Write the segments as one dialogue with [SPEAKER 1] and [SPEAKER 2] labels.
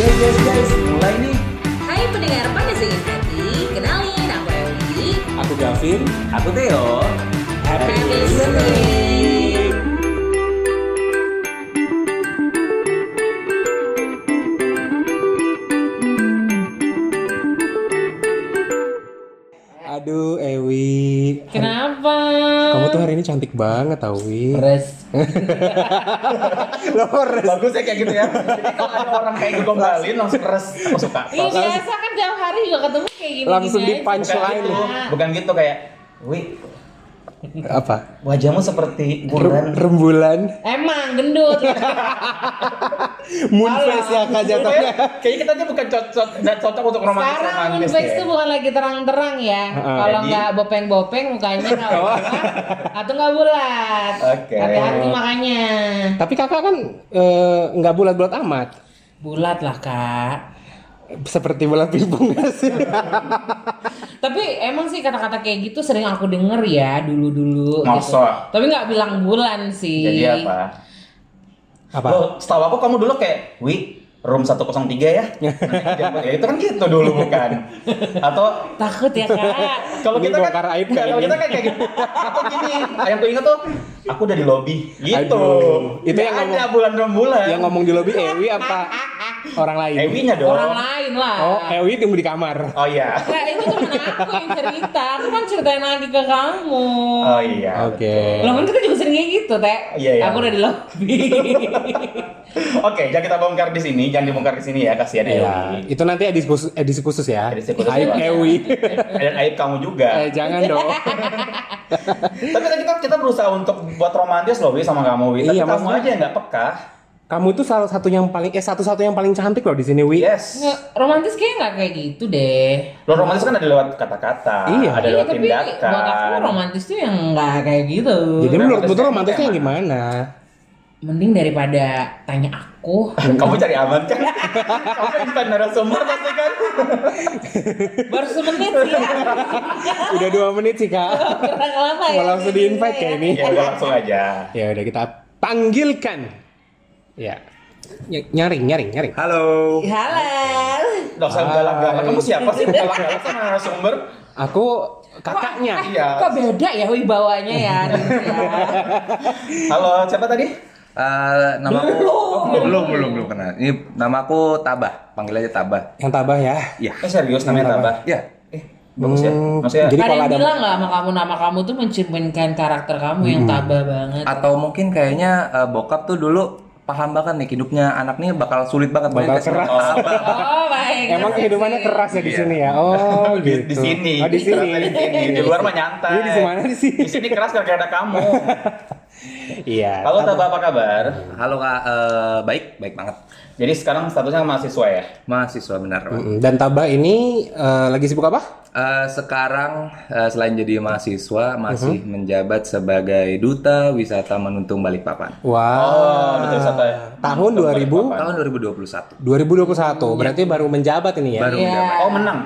[SPEAKER 1] Guys, guys, guys, mulai nih.
[SPEAKER 2] Hai pendengar Pandas Ingin Hati, kenalin aku Emily.
[SPEAKER 1] Aku Gavin, aku Theo. Happy
[SPEAKER 2] Happy
[SPEAKER 1] listening. Aduh, Ewi.
[SPEAKER 3] Kenapa?
[SPEAKER 1] Kamu tuh hari ini cantik banget tau, Wi.
[SPEAKER 3] Res.
[SPEAKER 1] Lores.
[SPEAKER 4] Bagus ya kayak gitu ya. Jadi kalau ada orang kayak gue gombalin langsung keras aku suka.
[SPEAKER 3] Ini biasa kan tiap hari juga ketemu kayak gini.
[SPEAKER 1] Langsung di
[SPEAKER 3] gini aja.
[SPEAKER 4] Bukan
[SPEAKER 1] punchline.
[SPEAKER 4] gitu, bukan gitu kayak, wih
[SPEAKER 1] Apa?
[SPEAKER 4] wajahmu seperti
[SPEAKER 1] Rem-
[SPEAKER 4] bulan.
[SPEAKER 1] Rembulan.
[SPEAKER 3] Emang gendut.
[SPEAKER 1] Moon face ya, Kak jatuhnya.
[SPEAKER 4] Kayaknya kita aja bukan cocok, nggak cocok untuk romantis
[SPEAKER 3] Sekarang moon
[SPEAKER 4] romantis.
[SPEAKER 3] face tuh bukan lagi terang-terang ya.
[SPEAKER 1] Heeh.
[SPEAKER 3] Kalau
[SPEAKER 4] ya. Jadi-
[SPEAKER 3] nggak bopeng-bopeng mukanya nggak bulat atau nggak bulat.
[SPEAKER 4] Oke.
[SPEAKER 3] Hati-hati makanya.
[SPEAKER 1] Tapi kakak kan eh, nggak bulat-bulat amat.
[SPEAKER 3] Bulat lah kak.
[SPEAKER 1] Seperti bola pingpong nggak sih.
[SPEAKER 3] Tapi emang sih kata-kata kayak gitu sering aku denger ya dulu-dulu. Gitu.
[SPEAKER 4] Masa?
[SPEAKER 3] Tapi nggak bilang bulan sih.
[SPEAKER 4] Jadi apa? Loh, setahu aku kamu dulu kayak, wih room 103 ya. ya itu kan gitu dulu bukan. Atau
[SPEAKER 3] Takut ya kak.
[SPEAKER 4] kalau
[SPEAKER 1] Ini
[SPEAKER 4] kita kan
[SPEAKER 1] bongkar aib
[SPEAKER 4] nggak, kalau
[SPEAKER 1] kayaknya.
[SPEAKER 4] kita kan kayak gitu atau gini yang aku ingat tuh aku udah di lobby gitu
[SPEAKER 1] Aduh, itu
[SPEAKER 4] Nggak
[SPEAKER 1] yang
[SPEAKER 4] ada
[SPEAKER 1] ngomong-
[SPEAKER 4] bulan enam bulan
[SPEAKER 1] Yang ngomong di lobi Ewi apa orang lain?
[SPEAKER 4] Ewinya dong
[SPEAKER 3] Orang lain lah.
[SPEAKER 1] Oh, Ewi tunggu di kamar.
[SPEAKER 4] oh iya
[SPEAKER 3] Kak, itu cuma aku yang cerita. Aku kan ceritain lagi ke kamu.
[SPEAKER 4] oh iya
[SPEAKER 1] Oke.
[SPEAKER 3] Lo kan kita juga sering kayak gitu, Teh.
[SPEAKER 4] Iya, iya.
[SPEAKER 3] Aku udah di lobby.
[SPEAKER 4] betul. oke jangan kita bongkar di sini jangan dibongkar di sini ya kasihan
[SPEAKER 1] Ya,
[SPEAKER 4] Ewi
[SPEAKER 1] itu nanti edisi khusus, edisi khusus ya.
[SPEAKER 4] Edisi khusus.
[SPEAKER 1] Aib Ewi.
[SPEAKER 4] dan aib kamu juga
[SPEAKER 1] Eh, jangan dong.
[SPEAKER 4] tapi tadi kan kita berusaha untuk buat romantis loh Wi sama kamu Wi tapi
[SPEAKER 1] Iya,
[SPEAKER 4] kamu
[SPEAKER 1] maksudnya-
[SPEAKER 4] aja yang nggak peka
[SPEAKER 1] Kamu tuh salah satu yang paling eh satu-satu yang paling cantik loh di sini, Wi.
[SPEAKER 4] yes
[SPEAKER 3] Nggak, romantis kayaknya nggak kayak gitu deh.
[SPEAKER 4] lo romantis kan ada lewat kata-kata
[SPEAKER 1] Iya.
[SPEAKER 4] ada
[SPEAKER 3] Iya,
[SPEAKER 4] lewat
[SPEAKER 3] tapi
[SPEAKER 4] tindakan
[SPEAKER 3] buat aku romantis tuh yang nggak kayak gitu.
[SPEAKER 1] Jadi
[SPEAKER 4] Iya.
[SPEAKER 1] menurutmu tuh romantisnya yang
[SPEAKER 4] Emang.
[SPEAKER 1] gimana?
[SPEAKER 3] Mending daripada tanya aku,
[SPEAKER 4] Kamu cari aman kan? Kamu kan bukan narasumber pasti kan?
[SPEAKER 3] baru semenit sih ya.
[SPEAKER 1] Udah dua menit sih kak.
[SPEAKER 3] Kurang lama ya.
[SPEAKER 1] Mau langsung di invite kayak ini.
[SPEAKER 4] Ya udah langsung aja.
[SPEAKER 1] Ya udah kita panggilkan. Ya. Ny- Nyaring, nyaring, nyaring.
[SPEAKER 5] Halo.
[SPEAKER 3] Halal.
[SPEAKER 4] Gak usah
[SPEAKER 1] Hai.
[SPEAKER 4] galak-galak. Kamu siapa sih galak-galak sama narasumber?
[SPEAKER 1] Aku kakaknya.
[SPEAKER 4] Iya.
[SPEAKER 3] Kok beda ya wibawanya ya? Gitu ya.
[SPEAKER 4] Halo, siapa tadi?
[SPEAKER 5] Eh, nama aku
[SPEAKER 3] Belum.
[SPEAKER 5] belum belum belum kenal. Ini nama aku Tabah. Panggil aja Tabah.
[SPEAKER 1] Yang tabah ya.
[SPEAKER 5] Iya.
[SPEAKER 4] Eh serius namanya Tabah.
[SPEAKER 5] Iya.
[SPEAKER 4] Eh, bagus ya.
[SPEAKER 1] Hmm,
[SPEAKER 4] Maksudnya
[SPEAKER 1] jadi-
[SPEAKER 3] ada
[SPEAKER 1] kalau
[SPEAKER 3] yang
[SPEAKER 1] ada-
[SPEAKER 3] bilang nggak sama kamu nama kamu tuh mencerminkan karakter kamu yang
[SPEAKER 1] Hmm.
[SPEAKER 3] tabah banget.
[SPEAKER 5] Atau mungkin kayaknya eh, bokap tuh dulu paham banget nih hidupnya anak nih bakal sulit banget
[SPEAKER 1] Bakal
[SPEAKER 5] Makanya
[SPEAKER 1] keras.
[SPEAKER 5] kasih nama Tabah.
[SPEAKER 3] Oh my god.
[SPEAKER 1] Emang kehidupannya keras ya di
[SPEAKER 5] Iya.
[SPEAKER 1] sini ya. Oh,
[SPEAKER 4] di,
[SPEAKER 1] gitu.
[SPEAKER 4] di sini.
[SPEAKER 1] Oh, di sini.
[SPEAKER 4] Terasa Di sini. Di luar mah nyantai.
[SPEAKER 1] Ini di mana di sini?
[SPEAKER 4] Di sini keras gara ada kamu.
[SPEAKER 1] Iya.
[SPEAKER 4] Halo Tabah, apa kabar?
[SPEAKER 5] Halo Kak, Eh, baik, baik banget.
[SPEAKER 4] Jadi sekarang statusnya mahasiswa ya?
[SPEAKER 5] Mahasiswa benar. Pak.
[SPEAKER 1] Mm-mm. Mm, Dan Tabah ini eh, lagi sibuk apa?
[SPEAKER 5] Eh, sekarang eh, selain jadi mahasiswa masih menjabat sebagai duta wisata menuntung Balikpapan.
[SPEAKER 1] Wah.
[SPEAKER 4] Oh, betul wisata.
[SPEAKER 1] Ah, Tahun 2000
[SPEAKER 5] Tahun 2021.
[SPEAKER 1] 2021. Berarti
[SPEAKER 4] Iya.
[SPEAKER 1] baru menjabat ini ya.
[SPEAKER 5] Baru
[SPEAKER 3] Iya.
[SPEAKER 5] menjabat.
[SPEAKER 4] Oh menang.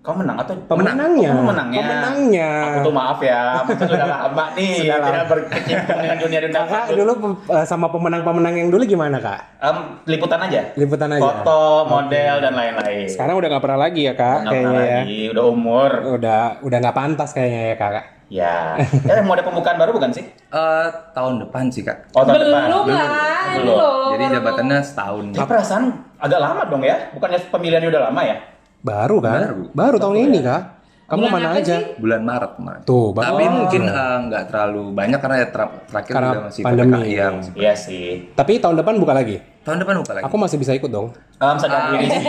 [SPEAKER 4] Kau menang atau
[SPEAKER 1] Pemenangnya.
[SPEAKER 4] Oh, pemenangnya.
[SPEAKER 1] Pemenangnya.
[SPEAKER 4] Aku tuh maaf ya, maksudnya sudah lama nih
[SPEAKER 1] Sudah lama.
[SPEAKER 4] tidak berkecimpung dengan dunia dunia
[SPEAKER 1] Kakak dulu eh, sama pemenang-pemenang yang dulu gimana, Kak?
[SPEAKER 4] Em, liputan aja.
[SPEAKER 1] Liputan aja.
[SPEAKER 4] Foto, model dan lain-lain.
[SPEAKER 1] Sekarang udah nggak pernah lagi ya, Kak,
[SPEAKER 4] Nggak pernah
[SPEAKER 1] kayaknya ya.
[SPEAKER 4] lagi, udah umur.
[SPEAKER 1] Udah udah nggak pantas kayaknya ya, Kakak.
[SPEAKER 4] Ya. Eh mau ada pembukaan baru bukan sih?
[SPEAKER 5] Eh, tahun depan sih kak.
[SPEAKER 4] Oh, tahun
[SPEAKER 3] belum
[SPEAKER 4] depan.
[SPEAKER 3] lah,
[SPEAKER 4] Belum.
[SPEAKER 3] ini loh.
[SPEAKER 5] Jadi
[SPEAKER 3] baru-
[SPEAKER 5] jabatannya setahun.
[SPEAKER 4] Tapi perasaan agak lama dong ya? Bukannya pemilihannya udah lama ya?
[SPEAKER 1] Baru kan?
[SPEAKER 5] Baru.
[SPEAKER 1] tahun ini, Kak. Kamu
[SPEAKER 3] Bulan
[SPEAKER 1] mana
[SPEAKER 3] apa
[SPEAKER 1] aja?
[SPEAKER 3] sih?
[SPEAKER 5] Bulan Maret kemarin.
[SPEAKER 4] Oh,
[SPEAKER 1] Tuh, Oh. baru.
[SPEAKER 5] Tapi mungkin eh, nggak terlalu banyak karena ya ter- terakhir
[SPEAKER 1] Karena
[SPEAKER 5] juga masih
[SPEAKER 1] pandemi.
[SPEAKER 5] PPKM, iya, masih-
[SPEAKER 4] Iya sih.
[SPEAKER 1] Tapi tahun depan buka lagi.
[SPEAKER 5] Tahun depan buka lagi.
[SPEAKER 1] Aku masih bisa ikut dong.
[SPEAKER 4] Em
[SPEAKER 1] Ah.
[SPEAKER 4] sadar diri sih.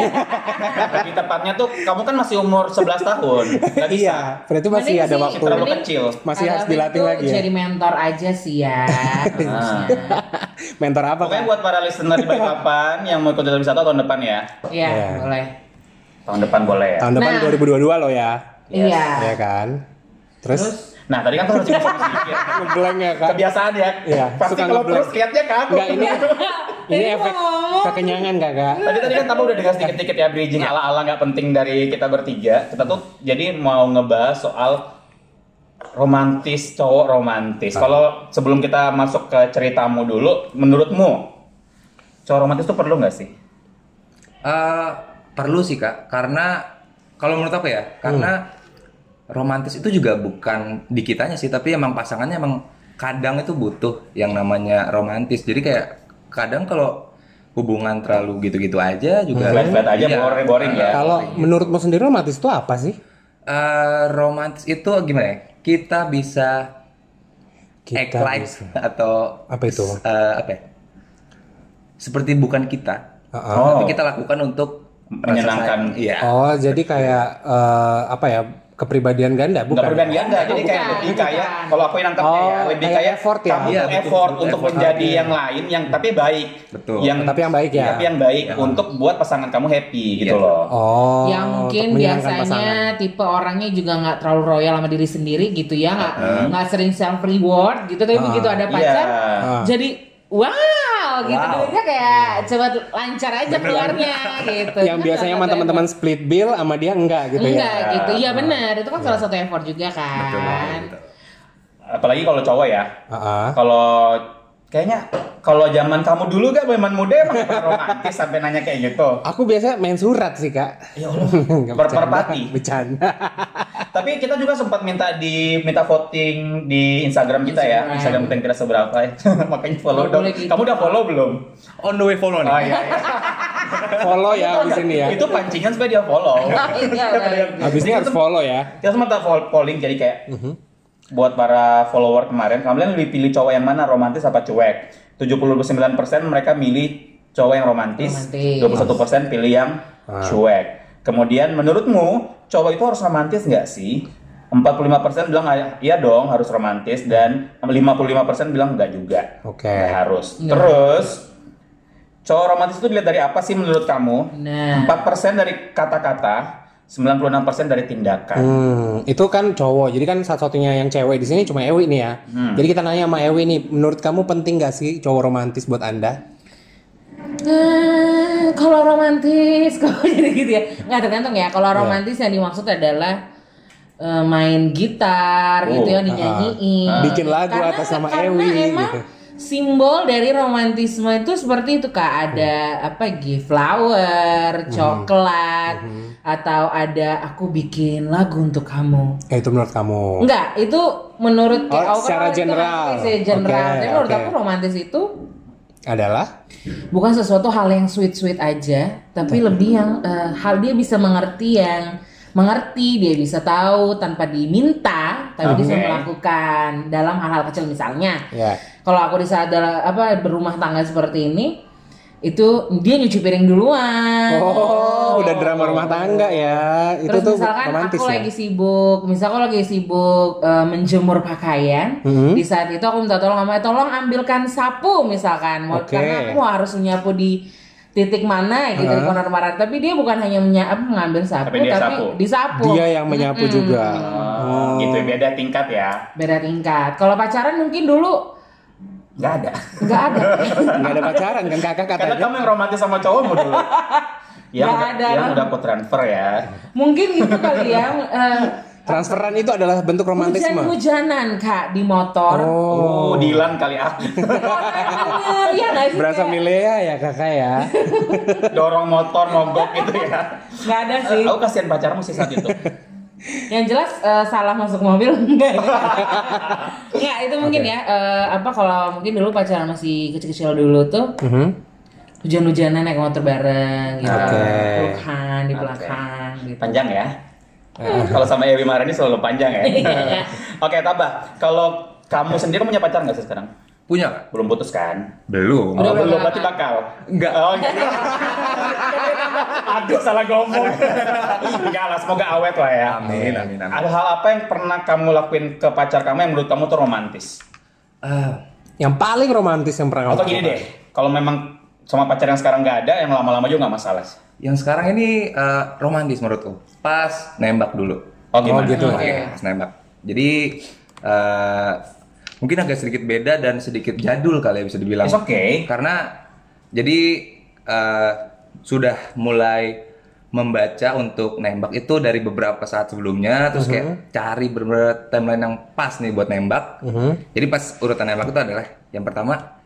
[SPEAKER 4] Lebih tepatnya tuh kamu kan masih umur 11 tahun. Gak bisa.
[SPEAKER 1] Iya, berarti masih
[SPEAKER 3] Mending
[SPEAKER 1] ada
[SPEAKER 3] sih,
[SPEAKER 1] waktu.
[SPEAKER 4] Terlalu
[SPEAKER 3] Mending-
[SPEAKER 4] kecil.
[SPEAKER 1] Masih harus
[SPEAKER 3] Kak Gavin
[SPEAKER 1] dilatih
[SPEAKER 3] tuh
[SPEAKER 1] lagi ya.
[SPEAKER 3] Jadi mentor aja sih ya. harusnya.
[SPEAKER 1] Mentor apa, Kak?
[SPEAKER 4] Nah, Pokoknya buat para listener di Balikpapan yang mau ikut dalam wisata tahun depan ya.
[SPEAKER 3] Iya,
[SPEAKER 1] Iya.
[SPEAKER 3] boleh.
[SPEAKER 4] Tahun depan boleh ya.
[SPEAKER 1] Tahun depan
[SPEAKER 3] Nah.
[SPEAKER 1] 2022 loh ya.
[SPEAKER 3] Iya.
[SPEAKER 1] Iya kan? Terus,
[SPEAKER 4] Nah, tadi kan terus berpikir.
[SPEAKER 1] ngeblank ya, Kak?
[SPEAKER 4] Kebiasaan ya.
[SPEAKER 1] Iya,
[SPEAKER 4] Pasti
[SPEAKER 1] suka
[SPEAKER 4] kalau
[SPEAKER 1] ngeblank.
[SPEAKER 4] terus liatnya ke aku.
[SPEAKER 1] Enggak, ini ini
[SPEAKER 3] Tadi mau
[SPEAKER 1] efek
[SPEAKER 3] ngomong.
[SPEAKER 1] kekenyangan, Kakak.
[SPEAKER 4] Tadi tadi kan kamu udah dengar sedikit-sedikit ya bridging
[SPEAKER 1] iya.
[SPEAKER 4] ala-ala nggak penting dari kita bertiga. Kita tuh jadi mau ngebahas soal romantis cowok romantis.
[SPEAKER 1] Nah.
[SPEAKER 4] Kalau sebelum kita masuk ke ceritamu dulu, menurutmu cowok romantis tuh perlu nggak sih?
[SPEAKER 5] Eh, perlu sih kak, karena kalau menurut aku ya,
[SPEAKER 4] Hmm.
[SPEAKER 5] karena romantis itu juga bukan di kitanya sih, tapi emang pasangannya emang kadang itu butuh yang namanya romantis. Jadi kayak kadang kalau hubungan terlalu gitu-gitu aja juga
[SPEAKER 4] Hmm. Flat-flat aja,
[SPEAKER 5] Iya.
[SPEAKER 4] boring-boring ya.
[SPEAKER 1] Kalau menurutmu sendiri romantis itu apa sih?
[SPEAKER 5] Eh, romantis itu gimana ya? Kita bisa act
[SPEAKER 1] Kita
[SPEAKER 5] like atau
[SPEAKER 1] Apa itu?
[SPEAKER 5] eh, apa ya? Seperti bukan kita,
[SPEAKER 1] Uh-uh.
[SPEAKER 4] Oh,
[SPEAKER 5] tapi kita lakukan untuk rasa
[SPEAKER 4] Menyenangkan.
[SPEAKER 5] sayang. Iya.
[SPEAKER 1] Oh, jadi kayak eh, apa ya? Kepribadian ganda
[SPEAKER 4] Bukan
[SPEAKER 1] bukan?
[SPEAKER 4] perbedaan ganda, jadi kayak
[SPEAKER 3] bukan,
[SPEAKER 4] lebih
[SPEAKER 3] bukan.
[SPEAKER 4] kayak kalau aku yang nangkepnya
[SPEAKER 1] Oh,
[SPEAKER 4] ya, lebih
[SPEAKER 1] kayak
[SPEAKER 4] kayak
[SPEAKER 1] effort ya?
[SPEAKER 4] kamu
[SPEAKER 5] Iya,
[SPEAKER 4] tuh
[SPEAKER 5] betul,
[SPEAKER 4] effort
[SPEAKER 5] betul,
[SPEAKER 4] untuk
[SPEAKER 5] effort.
[SPEAKER 4] menjadi yang lain yang tapi baik.
[SPEAKER 5] Betul.
[SPEAKER 1] Hmm. Tapi yang baik ya.
[SPEAKER 4] Tapi yang baik untuk buat pasangan kamu happy gitu
[SPEAKER 5] Iya.
[SPEAKER 4] loh.
[SPEAKER 1] Oh, untuk
[SPEAKER 3] yang Ya mungkin
[SPEAKER 1] menyenangkan
[SPEAKER 3] biasanya
[SPEAKER 1] pasangan.
[SPEAKER 3] tipe orangnya juga nggak terlalu royal sama diri sendiri gitu ya nggak nggak sering self reward gitu tapi
[SPEAKER 1] Ah.
[SPEAKER 3] begitu ada
[SPEAKER 4] Iya.
[SPEAKER 3] pacar
[SPEAKER 1] Ah.
[SPEAKER 3] jadi wow gitu
[SPEAKER 5] Wow.
[SPEAKER 3] duitnya kayak
[SPEAKER 1] Iya.
[SPEAKER 3] coba lancar aja keluarnya gitu
[SPEAKER 1] yang biasanya sama teman-teman split bill sama dia enggak gitu
[SPEAKER 3] enggak
[SPEAKER 1] ya.
[SPEAKER 3] gitu iya benar itu kan salah satu effort juga
[SPEAKER 5] Betul,
[SPEAKER 3] kan
[SPEAKER 5] betul.
[SPEAKER 4] Apalagi kalau cowok ya.
[SPEAKER 1] Heeh.
[SPEAKER 4] Kalau kayaknya kalau zaman kamu dulu gak memang muda emang pernah romantis sampai nanya kayak gitu.
[SPEAKER 1] Aku biasanya main surat sih, Kak.
[SPEAKER 4] Ya Allah.
[SPEAKER 1] Nggak
[SPEAKER 4] Berperpati.
[SPEAKER 1] bercanda, Bercanda.
[SPEAKER 4] Tapi kita juga sempat minta di minta voting di Instagram kita ya.
[SPEAKER 3] Instagram.
[SPEAKER 4] Instagram kita kira seberapa. ya. Makanya follow
[SPEAKER 3] Boleh
[SPEAKER 4] dong.
[SPEAKER 3] gitu.
[SPEAKER 4] Kamu udah follow belum?
[SPEAKER 5] On the way follow nih.
[SPEAKER 4] Oh iya. iya.
[SPEAKER 1] Follow ya abis ini ya.
[SPEAKER 4] Itu pancingan supaya dia follow.
[SPEAKER 3] Iya, baik.
[SPEAKER 1] Abis ini harus follow ya.
[SPEAKER 4] Kita sempat fol- polling jadi kayak
[SPEAKER 1] Mhm.
[SPEAKER 4] buat para follower kemarin, kalian lebih pilih cowok yang mana romantis apa cuek? 79% mereka milih cowok yang romantis,
[SPEAKER 3] Romantis.
[SPEAKER 4] 21% pilih yang
[SPEAKER 1] Ah.
[SPEAKER 4] cuek. Kemudian menurutmu cowok itu harus romantis nggak sih? 45% bilang "Ah, iya dong harus romantis dan 55% bilang enggak juga.
[SPEAKER 1] Oke.
[SPEAKER 4] Nggak harus.
[SPEAKER 3] Nggak
[SPEAKER 4] Terus cowok romantis itu dilihat dari apa sih menurut kamu?
[SPEAKER 3] nah
[SPEAKER 4] 4% dari kata-kata, 96% dari tindakan.
[SPEAKER 1] Hmm, itu kan cowok. Jadi kan satu-satunya yang cewek di sini cuma Ewi nih ya.
[SPEAKER 4] Hmm.
[SPEAKER 1] Jadi kita nanya sama Ewi nih, menurut kamu penting gak sih cowok romantis buat Anda?
[SPEAKER 3] Eh, kalau romantis, kalau jadi gitu ya, nggak tergantung
[SPEAKER 1] Iya.
[SPEAKER 3] ya. Kalau romantis yang dimaksud adalah eh, main gitar
[SPEAKER 4] Oh,
[SPEAKER 3] gitu ya dinyanyiin,
[SPEAKER 1] ah. Bikin lagu
[SPEAKER 3] Karena-
[SPEAKER 1] atas nama
[SPEAKER 3] karena
[SPEAKER 1] Ewi,
[SPEAKER 3] emang
[SPEAKER 1] gitu.
[SPEAKER 3] Simbol dari romantisme itu seperti itu kak
[SPEAKER 1] Hmm.
[SPEAKER 3] ada apa gift flower, coklat,
[SPEAKER 1] Hmm.
[SPEAKER 3] atau ada aku bikin lagu untuk kamu.
[SPEAKER 1] Eh, itu menurut kamu?
[SPEAKER 3] Enggak, itu menurut
[SPEAKER 1] Oh, secara
[SPEAKER 3] itu
[SPEAKER 1] general.
[SPEAKER 3] romantis ya, general.
[SPEAKER 1] Oke,
[SPEAKER 3] Tapi menurut
[SPEAKER 1] oke.
[SPEAKER 3] aku romantis itu
[SPEAKER 1] Adalah?
[SPEAKER 3] bukan sesuatu hal yang sweet sweet aja tapi lebih yang eh, hal dia bisa mengerti yang mengerti dia bisa tahu tanpa diminta tapi dia bisa
[SPEAKER 4] Oke.
[SPEAKER 3] melakukan dalam hal-hal kecil misalnya
[SPEAKER 1] Ya.
[SPEAKER 3] kalau aku di saat dalam- apa berumah tangga seperti ini itu dia nyuci piring duluan
[SPEAKER 1] Oh, udah drama rumah tangga ya. Itu
[SPEAKER 3] Nah. Terus
[SPEAKER 1] tuh
[SPEAKER 3] misalkan
[SPEAKER 1] romantis
[SPEAKER 3] aku
[SPEAKER 1] ya.
[SPEAKER 3] lagi sibuk, misal aku lagi sibuk eh, menjemur pakaian,
[SPEAKER 1] Mhm.
[SPEAKER 3] di saat itu aku minta tolong sama tolong ambilkan sapu misalkan, Mau-
[SPEAKER 1] Oke.
[SPEAKER 3] karena aku harus menyapu di titik mana gitu di corner mana. Tapi dia bukan hanya menyapu mengambil sapu,
[SPEAKER 4] Tapi
[SPEAKER 3] tapi,
[SPEAKER 4] dia sapu.
[SPEAKER 3] disapu.
[SPEAKER 1] Dia yang menyapu juga.
[SPEAKER 4] Oh, gitu ya, beda tingkat ya
[SPEAKER 3] Beda tingkat. Kalau pacaran mungkin dulu
[SPEAKER 4] nggak ada
[SPEAKER 3] nggak ada,
[SPEAKER 1] Oh, Nggak ada pacaran kan kakak
[SPEAKER 4] karena
[SPEAKER 1] katanya.
[SPEAKER 4] kamu yang romantis sama cowokmu dulu yang,
[SPEAKER 3] Nggak
[SPEAKER 4] udah,
[SPEAKER 3] ada.
[SPEAKER 4] yang udah aku transfer ya
[SPEAKER 3] mungkin gitu kali ya. eh,
[SPEAKER 1] Transferan itu adalah bentuk romantisme.
[SPEAKER 3] Hujan-hujanan kak di motor.
[SPEAKER 1] Oh,
[SPEAKER 4] oh, Dilan kali ah
[SPEAKER 3] Iya nggak sih?
[SPEAKER 1] berasa
[SPEAKER 3] Kayak
[SPEAKER 1] milea ya kakak ya.
[SPEAKER 4] dorong motor mogok gitu ya
[SPEAKER 3] nggak ada sih.
[SPEAKER 4] aku kasihan pacarmu sih saat itu
[SPEAKER 3] Yang jelas eh, salah masuk mobil enggak. ya? Enggak, itu mungkin ya eh, apa kalau mungkin dulu pacaran masih kecil-kecil dulu tuh
[SPEAKER 1] Mhm.
[SPEAKER 3] hujan-hujanan naik motor bareng gitu.
[SPEAKER 1] Oke.
[SPEAKER 3] Pelukan di belakang gitu.
[SPEAKER 4] panjang ya kalau sama Ewi Marani selalu panjang ya oke tabah kalau kamu sendiri punya pacar nggak sih sekarang
[SPEAKER 5] Punya kak?
[SPEAKER 4] belum putus kan Oh,
[SPEAKER 5] Belum.
[SPEAKER 3] Belum,
[SPEAKER 4] belum,
[SPEAKER 3] belum.
[SPEAKER 4] berarti bakal.
[SPEAKER 5] Enggak.
[SPEAKER 4] Oh, enggak. Aduh, salah ngomong. enggak lah, semoga awet lah ya.
[SPEAKER 5] Amin, amin, amin.
[SPEAKER 4] Ada hal apa yang pernah kamu lakuin ke pacar kamu yang menurut kamu tuh romantis?
[SPEAKER 5] Ah,
[SPEAKER 1] Yang paling romantis yang pernah kamu
[SPEAKER 4] Atau gini
[SPEAKER 1] lakukan.
[SPEAKER 4] deh, kalau memang sama pacar yang sekarang nggak ada, yang lama-lama juga nggak masalah. sih.
[SPEAKER 5] yang sekarang ini eh, romantis menurutku. Pas nembak dulu.
[SPEAKER 4] Oh, gimana?
[SPEAKER 1] Oh, gitu.
[SPEAKER 5] Oke, pas nembak. Jadi eh, mungkin agak sedikit beda dan sedikit jadul kali ya bisa dibilang.
[SPEAKER 4] It's okay.
[SPEAKER 5] Karena jadi eh, sudah mulai membaca untuk nembak itu dari beberapa saat sebelumnya terus kayak
[SPEAKER 1] Mhm.
[SPEAKER 5] cari bener timeline yang pas nih buat nembak.
[SPEAKER 1] Mhm.
[SPEAKER 5] Jadi pas urutan nembak itu adalah yang pertama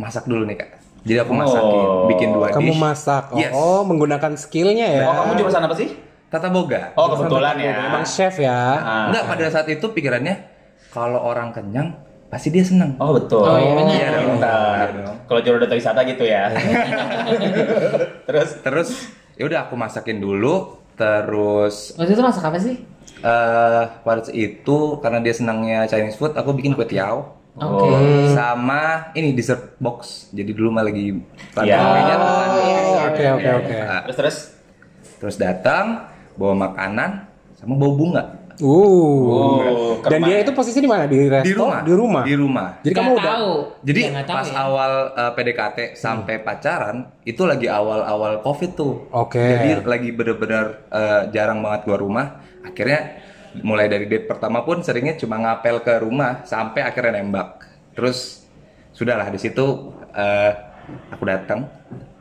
[SPEAKER 5] masak dulu nih kak. Jadi aku masakin,
[SPEAKER 4] Oh.
[SPEAKER 5] bikin dua
[SPEAKER 1] Kamu
[SPEAKER 5] dish.
[SPEAKER 1] masak. Oh,
[SPEAKER 5] Yes.
[SPEAKER 1] oh, menggunakan skillnya ya.
[SPEAKER 4] Oh, kamu jurusan apa sih?
[SPEAKER 5] Tata boga.
[SPEAKER 4] Oh, kebetulan ya.
[SPEAKER 1] Emang chef ya.
[SPEAKER 4] Ah.
[SPEAKER 5] Enggak, pada saat itu pikirannya kalau orang kenyang pasti dia seneng.
[SPEAKER 4] Oh, betul.
[SPEAKER 3] Oh, iya benar.
[SPEAKER 5] Iya dong.
[SPEAKER 4] Pintar.
[SPEAKER 5] Iya dong.
[SPEAKER 4] Kalau juru data wisata gitu ya. Terus
[SPEAKER 5] Terus ya udah aku masakin dulu. Terus
[SPEAKER 3] Waktu itu masak apa sih?
[SPEAKER 5] eh pada saat itu karena dia senangnya Chinese food, aku bikin kue tiao.
[SPEAKER 3] Oke.
[SPEAKER 1] Hmm.
[SPEAKER 5] Sama ini dessert box. Jadi dulu mah lagi
[SPEAKER 1] Ya.
[SPEAKER 4] Iya.
[SPEAKER 5] rame-ramenya tuh kan.
[SPEAKER 1] Oh, Oke oke oke.
[SPEAKER 5] Ah,
[SPEAKER 4] terus terus
[SPEAKER 5] Terus datang bawa makanan sama bawa bunga.
[SPEAKER 1] Uh.
[SPEAKER 4] Oh,
[SPEAKER 1] Dan
[SPEAKER 4] keren.
[SPEAKER 1] dia itu posisi di mana? Di resto?
[SPEAKER 5] Di rumah.
[SPEAKER 1] Di rumah.
[SPEAKER 5] Di rumah.
[SPEAKER 1] Jadi kamu
[SPEAKER 3] Nggak
[SPEAKER 1] udah
[SPEAKER 3] tahu.
[SPEAKER 5] Jadi
[SPEAKER 3] Ya, nggak tahu
[SPEAKER 5] pas
[SPEAKER 3] ya.
[SPEAKER 5] awal uh, PDKT sampai pacaran itu lagi awal-awal COVID tuh.
[SPEAKER 1] Oke.
[SPEAKER 5] Jadi lagi bener-bener uh, jarang banget keluar rumah. Akhirnya mulai dari date pertama pun seringnya cuma ngapel ke rumah sampai akhirnya nembak. Terus sudahlah di situ uh, aku datang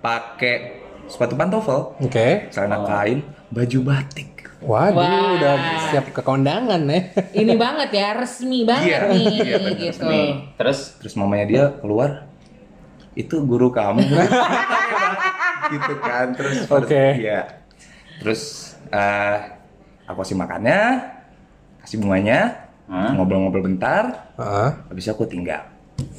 [SPEAKER 5] pakai sepatu pantofel,
[SPEAKER 1] Oke.
[SPEAKER 5] celana kain, baju batik.
[SPEAKER 1] Waduh,
[SPEAKER 3] Wah.
[SPEAKER 1] udah siap ke kondangan ya.
[SPEAKER 3] Ini banget ya, resmi banget
[SPEAKER 5] Iya,
[SPEAKER 3] nih
[SPEAKER 5] iya, benar,
[SPEAKER 3] gitu.
[SPEAKER 4] nih, terus
[SPEAKER 5] terus mamanya dia keluar itu guru kamu gitu kan terus
[SPEAKER 1] Oke.
[SPEAKER 5] terus- iya. terus eh, aku kasih makannya kasih bunganya
[SPEAKER 4] Hah?
[SPEAKER 5] ngobrol-ngobrol bentar
[SPEAKER 1] Heeh.
[SPEAKER 5] habis itu aku tinggal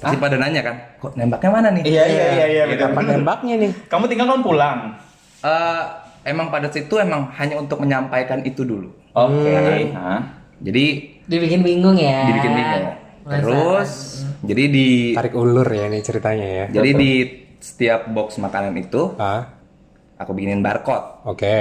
[SPEAKER 5] pasti pada nanya kan kok nembaknya mana nih
[SPEAKER 4] Iya iya iya iya betul.
[SPEAKER 1] Kapan nembaknya nih?
[SPEAKER 4] Kamu tinggal kamu pulang.
[SPEAKER 5] Eh, emang pada situ emang hanya untuk menyampaikan itu dulu
[SPEAKER 4] Oke. Hah?
[SPEAKER 5] jadi
[SPEAKER 3] Dibikin bingung
[SPEAKER 1] Eh,
[SPEAKER 3] ya.
[SPEAKER 5] dibikin bingung
[SPEAKER 3] Penasaran.
[SPEAKER 5] terus jadi di
[SPEAKER 1] Hmm. Tarik ulur ya ini ceritanya ya.
[SPEAKER 5] jadi di setiap box makanan itu
[SPEAKER 1] Ah,
[SPEAKER 5] aku bikinin barcode
[SPEAKER 1] oke.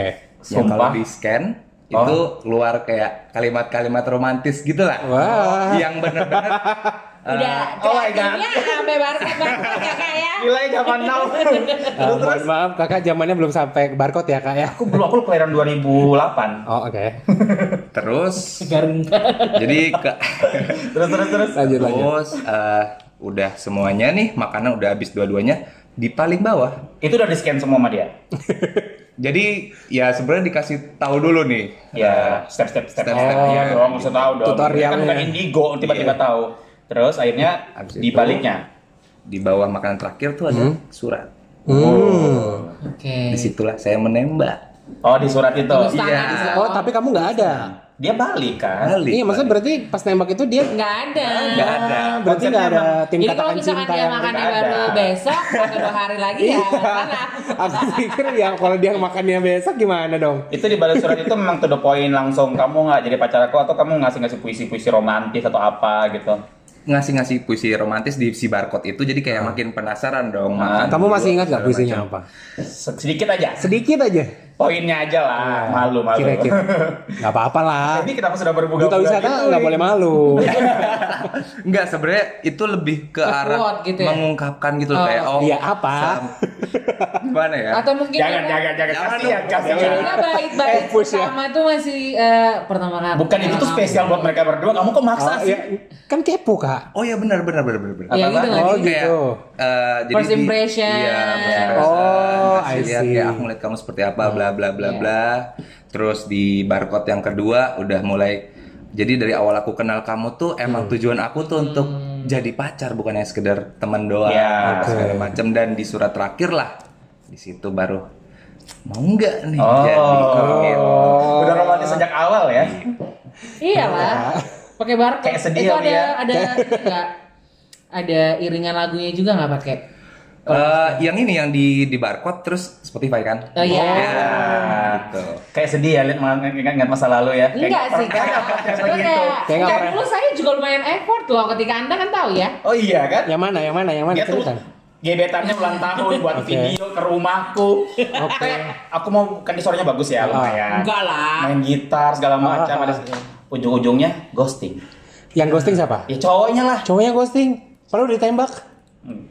[SPEAKER 4] Sumpah.
[SPEAKER 5] yang Ya, kalau di scan
[SPEAKER 1] Oh.
[SPEAKER 5] itu keluar kayak kalimat-kalimat romantis gitu lah
[SPEAKER 1] Wah.
[SPEAKER 5] yang bener-bener eh,
[SPEAKER 3] Udah,
[SPEAKER 4] Oh my God.
[SPEAKER 3] kreatifnya sampai barcode-barcode kakak ya.
[SPEAKER 4] Gila ya zaman now.
[SPEAKER 1] Ah, mohon maaf, kakak zamannya belum sampai barcode ya kak ya.
[SPEAKER 4] aku belum aku kelahiran 2008.
[SPEAKER 1] Oh oke.
[SPEAKER 5] terus
[SPEAKER 3] Garing.
[SPEAKER 5] jadi ke
[SPEAKER 4] Terus terus terus.
[SPEAKER 1] Lanjut lanjut.
[SPEAKER 5] terus eh, udah semuanya nih makanan udah habis dua-duanya di paling bawah
[SPEAKER 4] Itu udah di scan semua sama dia.
[SPEAKER 5] jadi ya sebenarnya dikasih tahu dulu nih Eh,
[SPEAKER 4] Ya, step step step step.
[SPEAKER 5] Step, step.
[SPEAKER 4] Iya dong, harus tahu dong.
[SPEAKER 1] Tutorialnya.
[SPEAKER 4] Kan bukan indigo tiba-tiba tahu. Terus akhirnya
[SPEAKER 5] ya. Abis itu-
[SPEAKER 4] dibaliknya.
[SPEAKER 5] di bawah makanan terakhir tuh ada surat
[SPEAKER 1] Hmm.
[SPEAKER 3] Oke.
[SPEAKER 5] disitulah saya menembak
[SPEAKER 4] Oh, di surat itu.
[SPEAKER 3] Terus
[SPEAKER 5] Iya.
[SPEAKER 3] tangan di
[SPEAKER 1] Oh tapi kamu nggak ada.
[SPEAKER 4] Dia balik kan.
[SPEAKER 5] kali
[SPEAKER 1] Iya maksudnya berarti pas nembak itu dia
[SPEAKER 3] Nggak ada.
[SPEAKER 5] nggak ada
[SPEAKER 1] berarti nggak ada tim
[SPEAKER 3] Jadi kalau
[SPEAKER 1] katakan
[SPEAKER 3] misalkan
[SPEAKER 1] cinta ya?
[SPEAKER 3] dia
[SPEAKER 1] yang Iya.
[SPEAKER 3] makannya
[SPEAKER 4] nggak ada.
[SPEAKER 3] baru besok atau dua hari lagi ya salah.
[SPEAKER 1] aku pikir ya kalau dia makannya besok gimana dong?
[SPEAKER 4] Itu di balik surat itu memang to the point langsung kamu nggak jadi pacar aku atau kamu ngasih-ngasih puisi-puisi romantis atau apa gitu.
[SPEAKER 5] ngasih-ngasih puisi romantis di si barcode itu jadi kayak makin penasaran dong
[SPEAKER 1] Ah.
[SPEAKER 5] makan
[SPEAKER 1] Kamu
[SPEAKER 5] dulu,
[SPEAKER 1] masih ingat nggak
[SPEAKER 5] segala
[SPEAKER 1] puisinya
[SPEAKER 5] macam.
[SPEAKER 1] apa?
[SPEAKER 4] Sedikit aja.
[SPEAKER 1] Sedikit aja.
[SPEAKER 4] Poinnya aja lah,
[SPEAKER 5] Iya.
[SPEAKER 4] malu-malu.
[SPEAKER 1] Kira-kira. Gak apa-apa lah.
[SPEAKER 4] Jadi kenapa sudah gitu, berbuka
[SPEAKER 1] Duta Ah. wisata nggak boleh malu.
[SPEAKER 5] Enggak, sebenarnya itu lebih ke
[SPEAKER 3] Ke quote
[SPEAKER 5] arah
[SPEAKER 3] gitu ya?
[SPEAKER 5] mengungkapkan gitu loh,
[SPEAKER 3] Oh,
[SPEAKER 5] kayak oh
[SPEAKER 1] Iya apa?
[SPEAKER 5] sam- gimana ya?
[SPEAKER 3] Atau mungkin
[SPEAKER 4] Jangan,
[SPEAKER 3] karena-
[SPEAKER 4] jangan, jangan.
[SPEAKER 5] Jangan
[SPEAKER 4] Kasihan,
[SPEAKER 5] dong.
[SPEAKER 4] kasihan.
[SPEAKER 3] Kita balik-balik
[SPEAKER 1] Eh, push ya.
[SPEAKER 3] sama tuh masih eh, Ya, pertama kali.
[SPEAKER 4] Bukan itu tuh spesial buat mereka berdua, kamu kok maksa
[SPEAKER 1] Oh,
[SPEAKER 4] sih?
[SPEAKER 1] ya, kan kepo kak.
[SPEAKER 5] Oh ya benar benar benar benar. benar.
[SPEAKER 3] Iya,
[SPEAKER 5] Apa-apa?
[SPEAKER 3] gitu nggak
[SPEAKER 1] Oh
[SPEAKER 3] sih?
[SPEAKER 5] Kayak,
[SPEAKER 1] gitu.
[SPEAKER 5] eh, jadi
[SPEAKER 3] First
[SPEAKER 5] di-
[SPEAKER 3] impression.
[SPEAKER 5] Iya, first impression.
[SPEAKER 1] Oh,
[SPEAKER 5] Kasih
[SPEAKER 1] I
[SPEAKER 5] lihat
[SPEAKER 1] see.
[SPEAKER 5] kayak aku ngeliat kamu seperti apa, bla bla bla
[SPEAKER 3] Iya.
[SPEAKER 5] bla. Terus di barcode yang kedua udah mulai jadi dari awal aku kenal kamu tuh
[SPEAKER 3] Hmm.
[SPEAKER 5] emang tujuan aku tuh untuk jadi pacar bukan yang sekedar teman doang
[SPEAKER 4] Ya.
[SPEAKER 5] gitu, segala macam dan di surat terakhir lah di situ baru mau nggak nih
[SPEAKER 4] Oh.
[SPEAKER 5] jadi gitu.
[SPEAKER 1] oh.
[SPEAKER 4] Udah romantis sejak awal ya.
[SPEAKER 3] Iya lah. Pakai barcode.
[SPEAKER 4] Kayak sedih
[SPEAKER 3] itu
[SPEAKER 4] ya,
[SPEAKER 3] ada
[SPEAKER 4] Lia.
[SPEAKER 3] ada ini nggak? ada iringan lagunya juga nggak pakai?
[SPEAKER 5] Eh, yang ini yang di di barcode terus Spotify kan?
[SPEAKER 3] Oh iya.
[SPEAKER 4] Ah,
[SPEAKER 5] Gitu.
[SPEAKER 4] Kayak sedih ya, lihat malah ingat ingat masa lalu ya. Kayak
[SPEAKER 3] Enggak sih,
[SPEAKER 4] pernah
[SPEAKER 3] Kak.
[SPEAKER 4] pacaran
[SPEAKER 3] Itu
[SPEAKER 4] gitu.
[SPEAKER 3] kayak,
[SPEAKER 1] Kayak nggak
[SPEAKER 3] dan
[SPEAKER 1] pernah.
[SPEAKER 3] dulu saya juga lumayan effort loh ketika Anda kan tahu ya.
[SPEAKER 4] Oh iya kan?
[SPEAKER 1] Yang mana? Yang mana? Yang mana?
[SPEAKER 4] Dia tuh
[SPEAKER 1] Cerita.
[SPEAKER 4] gebetannya ulang tahun buat
[SPEAKER 1] Oke.
[SPEAKER 4] video ke rumahku.
[SPEAKER 1] Oke.
[SPEAKER 4] Kayak, aku mau kan di sorenya bagus ya lumayan.
[SPEAKER 3] Enggak lah.
[SPEAKER 4] Main gitar segala macam
[SPEAKER 1] Ah, ah,
[SPEAKER 4] ada ujung-ujungnya ghosting.
[SPEAKER 1] Yang ghosting siapa?
[SPEAKER 4] Ya cowoknya lah.
[SPEAKER 1] Cowoknya ghosting. Perlu ditembak.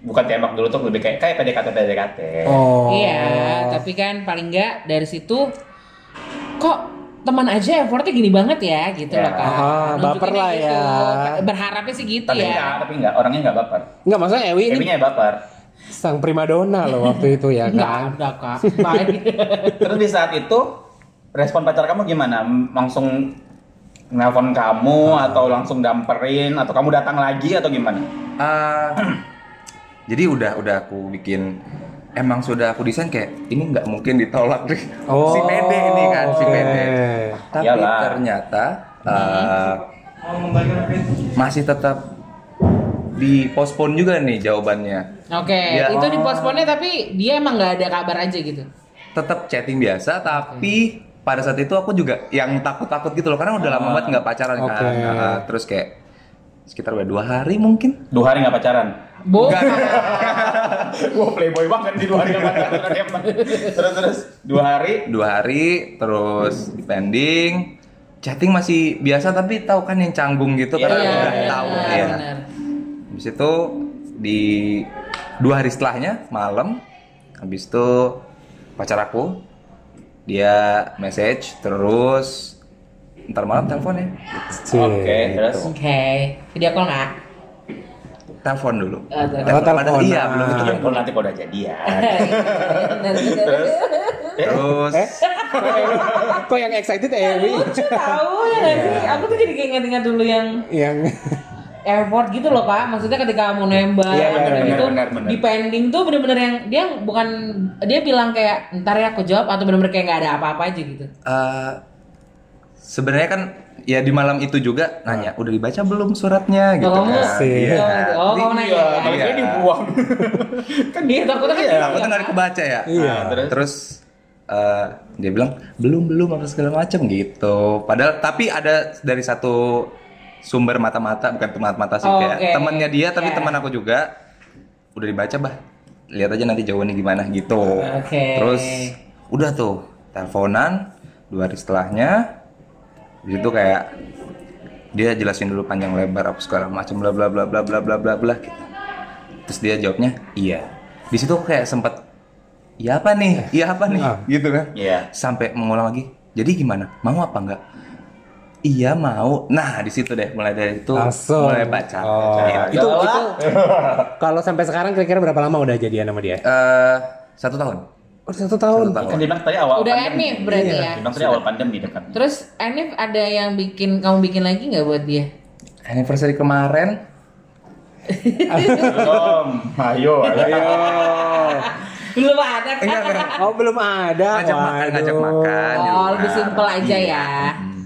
[SPEAKER 4] Bukan tembak dulu tuh lebih kayak kayak PDKT PDKT.
[SPEAKER 1] Oh.
[SPEAKER 3] Iya, tapi kan paling nggak dari situ kok teman aja effortnya gini banget ya gitu
[SPEAKER 4] Ya.
[SPEAKER 3] loh kan.
[SPEAKER 1] Ah, baper lah ya.
[SPEAKER 3] Berharapnya sih gitu
[SPEAKER 4] Tapi
[SPEAKER 3] ya.
[SPEAKER 4] enggak, tapi enggak orangnya enggak baper.
[SPEAKER 1] Enggak maksudnya Ewi ini
[SPEAKER 4] Eminya baper.
[SPEAKER 1] sang primadona loh waktu itu ya
[SPEAKER 3] Nggak
[SPEAKER 1] kan.
[SPEAKER 3] ada kak. Baik.
[SPEAKER 4] Terus di saat itu respon pacar kamu gimana? M- Langsung nelpon kamu atau langsung damperin atau kamu datang lagi atau gimana?
[SPEAKER 5] Ah, Eh, Jadi udah udah aku bikin emang sudah aku desain kayak ini nggak mungkin ditolak nih. si
[SPEAKER 1] Oh,
[SPEAKER 5] Mede ini kan si Mede.
[SPEAKER 1] oke.
[SPEAKER 5] Tapi
[SPEAKER 4] Iyalah.
[SPEAKER 5] ternyata eh, masih tetap dipospon juga nih jawabannya.
[SPEAKER 3] Oke,
[SPEAKER 5] Ya.
[SPEAKER 3] itu diposponnya tapi dia emang nggak ada kabar aja gitu.
[SPEAKER 5] tetap chatting biasa tapi pada saat itu aku juga yang takut-takut gitu loh karena udah lama banget nggak pacaran
[SPEAKER 1] Ah, Oke.
[SPEAKER 5] kan Nah, terus kayak sekitar udah dua hari mungkin
[SPEAKER 4] Dua hari nggak pacaran.
[SPEAKER 3] Bo,
[SPEAKER 4] Wah playboy banget di dua hari nggak pacaran. emang. terus terus dua hari.
[SPEAKER 5] dua hari terus dipending chatting masih biasa tapi tahu kan yang canggung gitu
[SPEAKER 4] Iya,
[SPEAKER 5] karena
[SPEAKER 4] iya,
[SPEAKER 5] udah
[SPEAKER 4] iya,
[SPEAKER 5] tahu
[SPEAKER 3] benar,
[SPEAKER 5] ya
[SPEAKER 3] benar.
[SPEAKER 5] habis itu di dua hari setelahnya malam habis itu pacar aku dia message terus ntar malam telepon ya
[SPEAKER 4] Oke terus.
[SPEAKER 3] Oke, video call nggak?
[SPEAKER 5] telepon dulu
[SPEAKER 3] Eh,
[SPEAKER 1] Oh, telepon.
[SPEAKER 5] Padahal Iya, belum
[SPEAKER 1] Nah.
[SPEAKER 4] Itu
[SPEAKER 5] itu
[SPEAKER 4] kan kalau nanti kalau udah jadian.
[SPEAKER 3] Terus
[SPEAKER 1] Eh,
[SPEAKER 5] Terus
[SPEAKER 1] Kok yang excited Ewi?
[SPEAKER 3] lucu tahu ya nggak sih? Aku tuh jadi keinget-inget dulu yang
[SPEAKER 1] yang
[SPEAKER 3] effort gitu loh pak maksudnya ketika kamu nembak
[SPEAKER 1] Iya,
[SPEAKER 3] atau
[SPEAKER 1] benar,
[SPEAKER 3] gitu,
[SPEAKER 4] benar, benar.
[SPEAKER 3] di pending tuh bener-bener yang dia bukan dia bilang kayak ntar ya aku jawab atau bener-bener kayak nggak ada apa-apa aja gitu
[SPEAKER 5] eh, sebenarnya kan ya di malam itu juga nanya udah dibaca belum suratnya gitu
[SPEAKER 3] kamu-
[SPEAKER 5] kan. Iya.
[SPEAKER 3] oh, kamu
[SPEAKER 5] Jadi,
[SPEAKER 3] nanya ya?
[SPEAKER 4] Kalau
[SPEAKER 5] Iya.
[SPEAKER 4] dia dibuang.
[SPEAKER 3] kan dia takutnya kan
[SPEAKER 5] Iya,
[SPEAKER 3] dia-
[SPEAKER 5] aku tuh nggak kebaca ya.
[SPEAKER 1] Iya.
[SPEAKER 5] Nah, terus eh, dia bilang belum belum apa segala macam gitu. Padahal tapi ada dari satu sumber mata-mata bukan mata-mata sih
[SPEAKER 3] Oh,
[SPEAKER 5] kayak
[SPEAKER 3] oke.
[SPEAKER 5] temannya dia tapi
[SPEAKER 3] Iya.
[SPEAKER 5] teman aku juga udah dibaca bah lihat aja nanti jawabannya gimana gitu.
[SPEAKER 3] Oke.
[SPEAKER 5] Terus udah tuh teleponan dua hari setelahnya Habis itu kayak dia jelasin dulu panjang lebar apa segala macam bla bla bla bla bla bla bla bla gitu. Terus dia jawabnya iya. Di situ aku kayak sempat iya apa nih? Iya apa nih?
[SPEAKER 1] Ah.
[SPEAKER 5] Gitu kan.
[SPEAKER 4] Iya.
[SPEAKER 5] Sampai mengulang lagi. Jadi gimana? Mau apa enggak? Iya mau. Nah, di situ deh mulai dari itu
[SPEAKER 1] Langsung.
[SPEAKER 5] mulai baca. Ya,
[SPEAKER 1] Oh. Itu, itu kalau sampai sekarang kira-kira berapa lama udah jadian sama dia?
[SPEAKER 5] Eh, satu tahun.
[SPEAKER 1] Oh, satu
[SPEAKER 5] Satu
[SPEAKER 1] tahun.
[SPEAKER 5] tahun.
[SPEAKER 4] Kan dia bilang tadi awal
[SPEAKER 3] Udah
[SPEAKER 4] pandemi.
[SPEAKER 3] enif berarti
[SPEAKER 4] Iya,
[SPEAKER 3] ya?
[SPEAKER 4] Dia bilang tadi awal pandemi dekat.
[SPEAKER 3] terus Enif ada yang bikin kamu bikin lagi nggak buat dia
[SPEAKER 5] Anniversary kemarin
[SPEAKER 4] Belum. Ayo. ayo.
[SPEAKER 3] belum ada kan
[SPEAKER 5] enggak enggak.
[SPEAKER 1] Iya. Oh, belum ada.
[SPEAKER 5] Iya, Ngajak makan,
[SPEAKER 1] Waduh.
[SPEAKER 5] ngajak makan. di
[SPEAKER 3] oh lebih
[SPEAKER 5] rumah.
[SPEAKER 3] simpel
[SPEAKER 5] Iya.
[SPEAKER 3] aja ya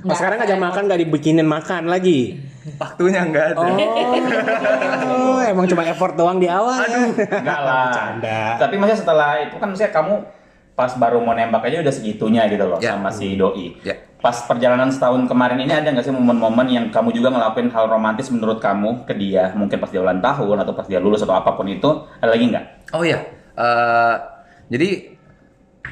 [SPEAKER 1] Oh, sekarang ngajak makan gak dibikinin makan lagi.
[SPEAKER 5] Waktunya enggak ada.
[SPEAKER 1] Oh, emang cuma effort doang di awal ya.
[SPEAKER 4] Enggak lah.
[SPEAKER 1] Bercanda.
[SPEAKER 4] Tapi maksudnya setelah itu kan maksudnya kamu pas baru mau nembak aja udah segitunya gitu loh
[SPEAKER 5] Ya.
[SPEAKER 4] sama si doi.
[SPEAKER 5] Ya.
[SPEAKER 4] Pas perjalanan setahun kemarin ini ada nggak sih momen-momen yang kamu juga ngelakuin hal romantis menurut kamu ke dia? Mungkin pas dia ulang tahun atau pas dia lulus atau apapun itu ada lagi nggak?
[SPEAKER 5] Oh ya, eh, jadi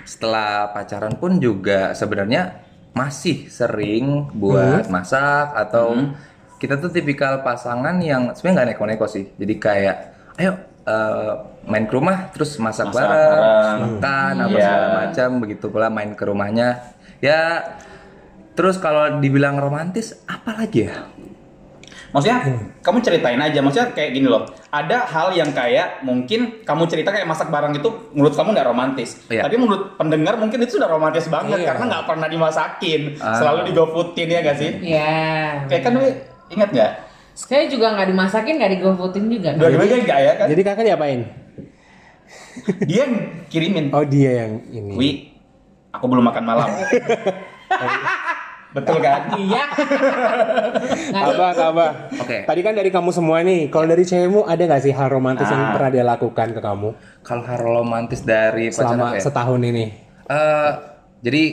[SPEAKER 5] setelah pacaran pun juga sebenarnya masih sering buat masak atau kita tuh tipikal pasangan yang sebenarnya nggak neko-neko sih. Jadi kayak, ayo eh, main ke rumah, terus masak,
[SPEAKER 4] Masak
[SPEAKER 5] bareng,
[SPEAKER 4] bareng.
[SPEAKER 5] makan apa
[SPEAKER 4] Iya.
[SPEAKER 5] segala macam. Begitu pula main ke rumahnya. Ya, terus kalau dibilang romantis, apa lagi ya?
[SPEAKER 4] Maksudnya
[SPEAKER 5] Hmm.
[SPEAKER 4] kamu ceritain aja, maksudnya kayak gini loh. Ada hal yang kayak mungkin kamu cerita kayak masak bareng itu menurut kamu nggak romantis,
[SPEAKER 5] Iya.
[SPEAKER 4] tapi menurut pendengar mungkin itu sudah romantis banget
[SPEAKER 1] Iya.
[SPEAKER 4] karena nggak pernah dimasakin,
[SPEAKER 5] Ah.
[SPEAKER 4] selalu digofoodin ya gak sih?
[SPEAKER 3] ya
[SPEAKER 4] Kayak kan Wi, ingat nggak?
[SPEAKER 3] saya juga nggak dimasakin nggak digofoodin juga kan?
[SPEAKER 4] Dua duanya nggak ya kan?
[SPEAKER 1] Jadi kakak diapain?
[SPEAKER 4] Dia yang kirimin.
[SPEAKER 1] Oh, dia yang ini.
[SPEAKER 4] Wi, aku belum makan malam. Betul kan?
[SPEAKER 3] iya Nggak
[SPEAKER 1] Abah, Abah.
[SPEAKER 5] Oke.
[SPEAKER 1] Tadi kan dari kamu semua nih. Kalau dari cewekmu ada nggak sih hal romantis yang
[SPEAKER 4] Ah.
[SPEAKER 1] pernah dia lakukan ke kamu
[SPEAKER 5] Kalau hal romantis dari pacaran
[SPEAKER 1] selama
[SPEAKER 5] apa ya?
[SPEAKER 1] setahun ini?
[SPEAKER 5] eh jadi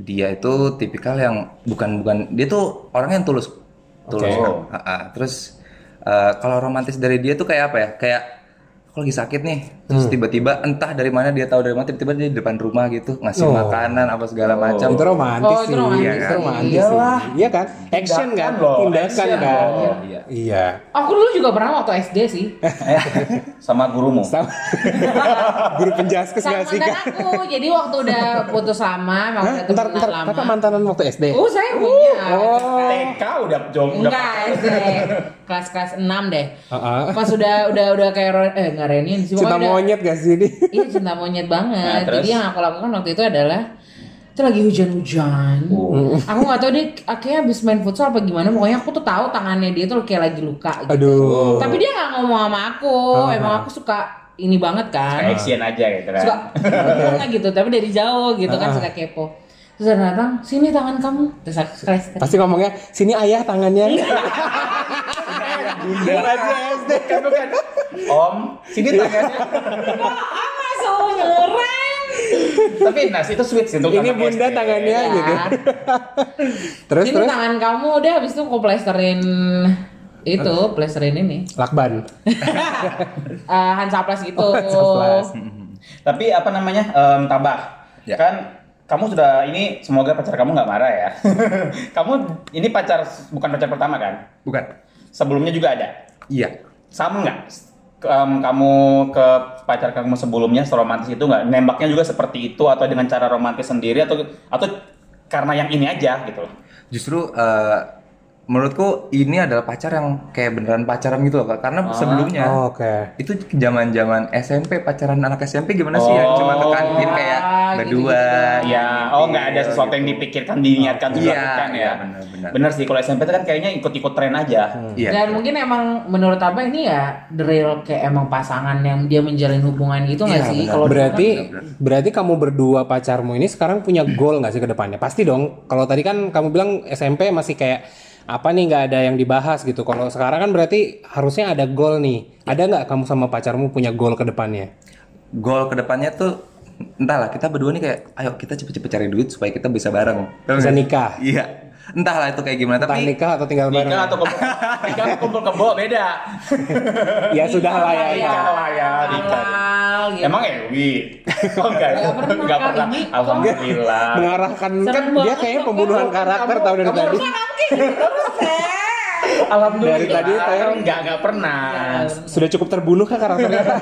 [SPEAKER 5] dia itu tipikal yang bukan bukan dia tuh orangnya yang tulus, tulus.
[SPEAKER 1] Oke.
[SPEAKER 5] Kak. Ah, ah. Terus eh, kalau romantis dari dia tuh kayak apa ya? Kayak aku lagi sakit nih, terus
[SPEAKER 1] Hmm.
[SPEAKER 5] tiba-tiba entah dari mana dia tahu dari mana tiba-tiba dia di depan rumah gitu ngasih
[SPEAKER 1] Oh.
[SPEAKER 5] makanan apa segala macam.
[SPEAKER 1] Itu romantis
[SPEAKER 3] Oh, itu
[SPEAKER 1] sih.
[SPEAKER 3] romantis
[SPEAKER 1] Iya
[SPEAKER 3] sih.
[SPEAKER 1] kan? romantis sih.
[SPEAKER 4] Iyalah.
[SPEAKER 1] Iya kan? Action kan?
[SPEAKER 4] Tindakan loh,
[SPEAKER 1] Tindakan
[SPEAKER 4] action
[SPEAKER 1] kan?
[SPEAKER 4] loh.
[SPEAKER 5] Iya.
[SPEAKER 1] Iya.
[SPEAKER 3] Aku dulu juga pernah waktu SD sih.
[SPEAKER 4] Eh, sama gurumu.
[SPEAKER 1] Sama- Guru penjaskes
[SPEAKER 3] Sama
[SPEAKER 1] nggak sih
[SPEAKER 3] mantan
[SPEAKER 1] kak?
[SPEAKER 3] aku. Jadi waktu udah putus sama, sama
[SPEAKER 1] Hah?
[SPEAKER 3] udah
[SPEAKER 1] Ntar,
[SPEAKER 3] temenan
[SPEAKER 1] ntar,
[SPEAKER 3] lama.
[SPEAKER 1] kakak mantanan waktu SD?
[SPEAKER 3] Oh, saya punya.
[SPEAKER 1] Oh.
[SPEAKER 4] TK udah jom, udah
[SPEAKER 3] Enggak, SD. Kelas-kelas 6 deh.
[SPEAKER 1] Heeh.
[SPEAKER 3] Pas udah udah udah kayak Ren- eh enggak Renin sih.
[SPEAKER 1] Cinta
[SPEAKER 3] pokoknya udah-
[SPEAKER 1] monyet gak sih ini?
[SPEAKER 3] Iya, cinta monyet banget.
[SPEAKER 4] Nah, terus?
[SPEAKER 3] Jadi yang aku lakukan waktu itu adalah itu lagi hujan-hujan.
[SPEAKER 4] Oh.
[SPEAKER 3] Aku nggak tahu dia akhirnya habis main futsal apa gimana. Pokoknya aku tuh tahu tangannya dia tuh kayak lagi luka. Gitu.
[SPEAKER 1] Aduh. Ah.
[SPEAKER 3] Tapi dia nggak ngomong sama aku. Emang aku suka ini banget
[SPEAKER 4] Kayak
[SPEAKER 3] kan.
[SPEAKER 4] action aja gitu kan.
[SPEAKER 3] suka ngomongnya gitu. Tapi dari jauh gitu kan suka kepo. Terus ada datang, sini tangan kamu. Terus aku stres.
[SPEAKER 1] Pasti ngomongnya sini ayah tangannya.
[SPEAKER 4] Bunda aja SD kan bukan. Om, sini tangannya.
[SPEAKER 3] Masuk ngerem.
[SPEAKER 4] Tapi Nas itu sweet sih untuk
[SPEAKER 1] Ini
[SPEAKER 4] anak
[SPEAKER 1] bunda
[SPEAKER 4] SD.
[SPEAKER 1] tangannya
[SPEAKER 3] Ya.
[SPEAKER 1] gitu. Terus
[SPEAKER 3] Sini
[SPEAKER 1] terus
[SPEAKER 3] tangan kamu. Udah habis itu aku plesterin itu, plesterin ini.
[SPEAKER 1] lakban.
[SPEAKER 3] Eh Hansaplas gitu.
[SPEAKER 1] Hansaplas.
[SPEAKER 4] Tapi apa namanya? em, tabah.
[SPEAKER 5] Ya.
[SPEAKER 4] Kan kamu sudah ini semoga pacar kamu nggak marah ya. kamu ini pacar bukan pacar pertama kan?
[SPEAKER 5] Bukan.
[SPEAKER 4] Sebelumnya juga ada.
[SPEAKER 5] Iya.
[SPEAKER 4] Sama nggak? Ke- em, kamu ke pacar kamu sebelumnya seromantis itu nggak? Nembaknya juga seperti itu atau dengan cara romantis sendiri atau atau karena yang ini aja gitu.
[SPEAKER 5] Justru eh, menurutku ini adalah pacar yang kayak beneran pacaran gitu loh kak. Karena sebelumnya
[SPEAKER 1] Oh, Oke.
[SPEAKER 5] itu zaman zaman SMP pacaran anak SMP gimana sih yang cuma ke kantin kayak
[SPEAKER 3] Ah,
[SPEAKER 5] berdua
[SPEAKER 3] gitu-gitu.
[SPEAKER 4] Ya, oh nggak ada sesuatu yang
[SPEAKER 3] gitu.
[SPEAKER 4] dipikirkan, diniatkan,
[SPEAKER 5] Iya,
[SPEAKER 4] dilakukan
[SPEAKER 5] iya,
[SPEAKER 4] ya.
[SPEAKER 5] benar-benar.
[SPEAKER 4] Bener sih kalau SMP itu kan kayaknya ikut-ikut tren aja.
[SPEAKER 5] Iya.
[SPEAKER 3] Dan mungkin emang menurut apa ini ya the real kayak emang pasangan yang dia menjalin hubungan gitu nggak
[SPEAKER 5] Iya,
[SPEAKER 3] sih?
[SPEAKER 5] benar.
[SPEAKER 3] Kalau dulu
[SPEAKER 1] Berarti
[SPEAKER 5] Benar, benar.
[SPEAKER 1] berarti kamu berdua pacarmu ini sekarang punya goal nggak sih ke depannya? Pasti dong. Kalau tadi kan kamu bilang SMP masih kayak apa nih nggak ada yang dibahas gitu. Kalau sekarang kan berarti harusnya ada goal nih. Ada nggak kamu sama pacarmu punya goal ke depannya?
[SPEAKER 5] Goal kedepannya tuh entahlah kita berdua nih kayak ayo kita cepet-cepet cari duit supaya kita bisa bareng. Tahu
[SPEAKER 1] Bisa
[SPEAKER 5] nggak?
[SPEAKER 1] nikah.
[SPEAKER 5] Iya. Entahlah itu kayak gimana
[SPEAKER 1] Entah
[SPEAKER 5] tapi
[SPEAKER 1] nikah atau tinggal bareng.
[SPEAKER 4] Nikah atau kumpul, nikah atau kumpul kebo beda.
[SPEAKER 1] ya sudah lah ya.
[SPEAKER 3] Iya.
[SPEAKER 4] Nikah lah ya, nikah.
[SPEAKER 3] Halal gitu.
[SPEAKER 4] Emang Ewi? Kok enggak?
[SPEAKER 3] Nggak pernah,
[SPEAKER 4] Nggak
[SPEAKER 3] Kak,
[SPEAKER 4] pernah.
[SPEAKER 3] ini kok.
[SPEAKER 4] Alhamdulillah.
[SPEAKER 1] Mengarahkan kan
[SPEAKER 3] Seneng
[SPEAKER 1] dia
[SPEAKER 3] banget
[SPEAKER 1] kayaknya
[SPEAKER 3] loh,
[SPEAKER 1] pembunuhan
[SPEAKER 3] kamu-
[SPEAKER 1] karakter tahu dari
[SPEAKER 3] kamu-
[SPEAKER 1] tadi.
[SPEAKER 3] kamu kayak gitu terus, Seth.
[SPEAKER 4] Alhamdulillah.
[SPEAKER 1] Dari tadi saya-
[SPEAKER 4] enggak enggak pernah.
[SPEAKER 3] Iya.
[SPEAKER 1] Sudah cukup terbunuh kah karakternya? Kak?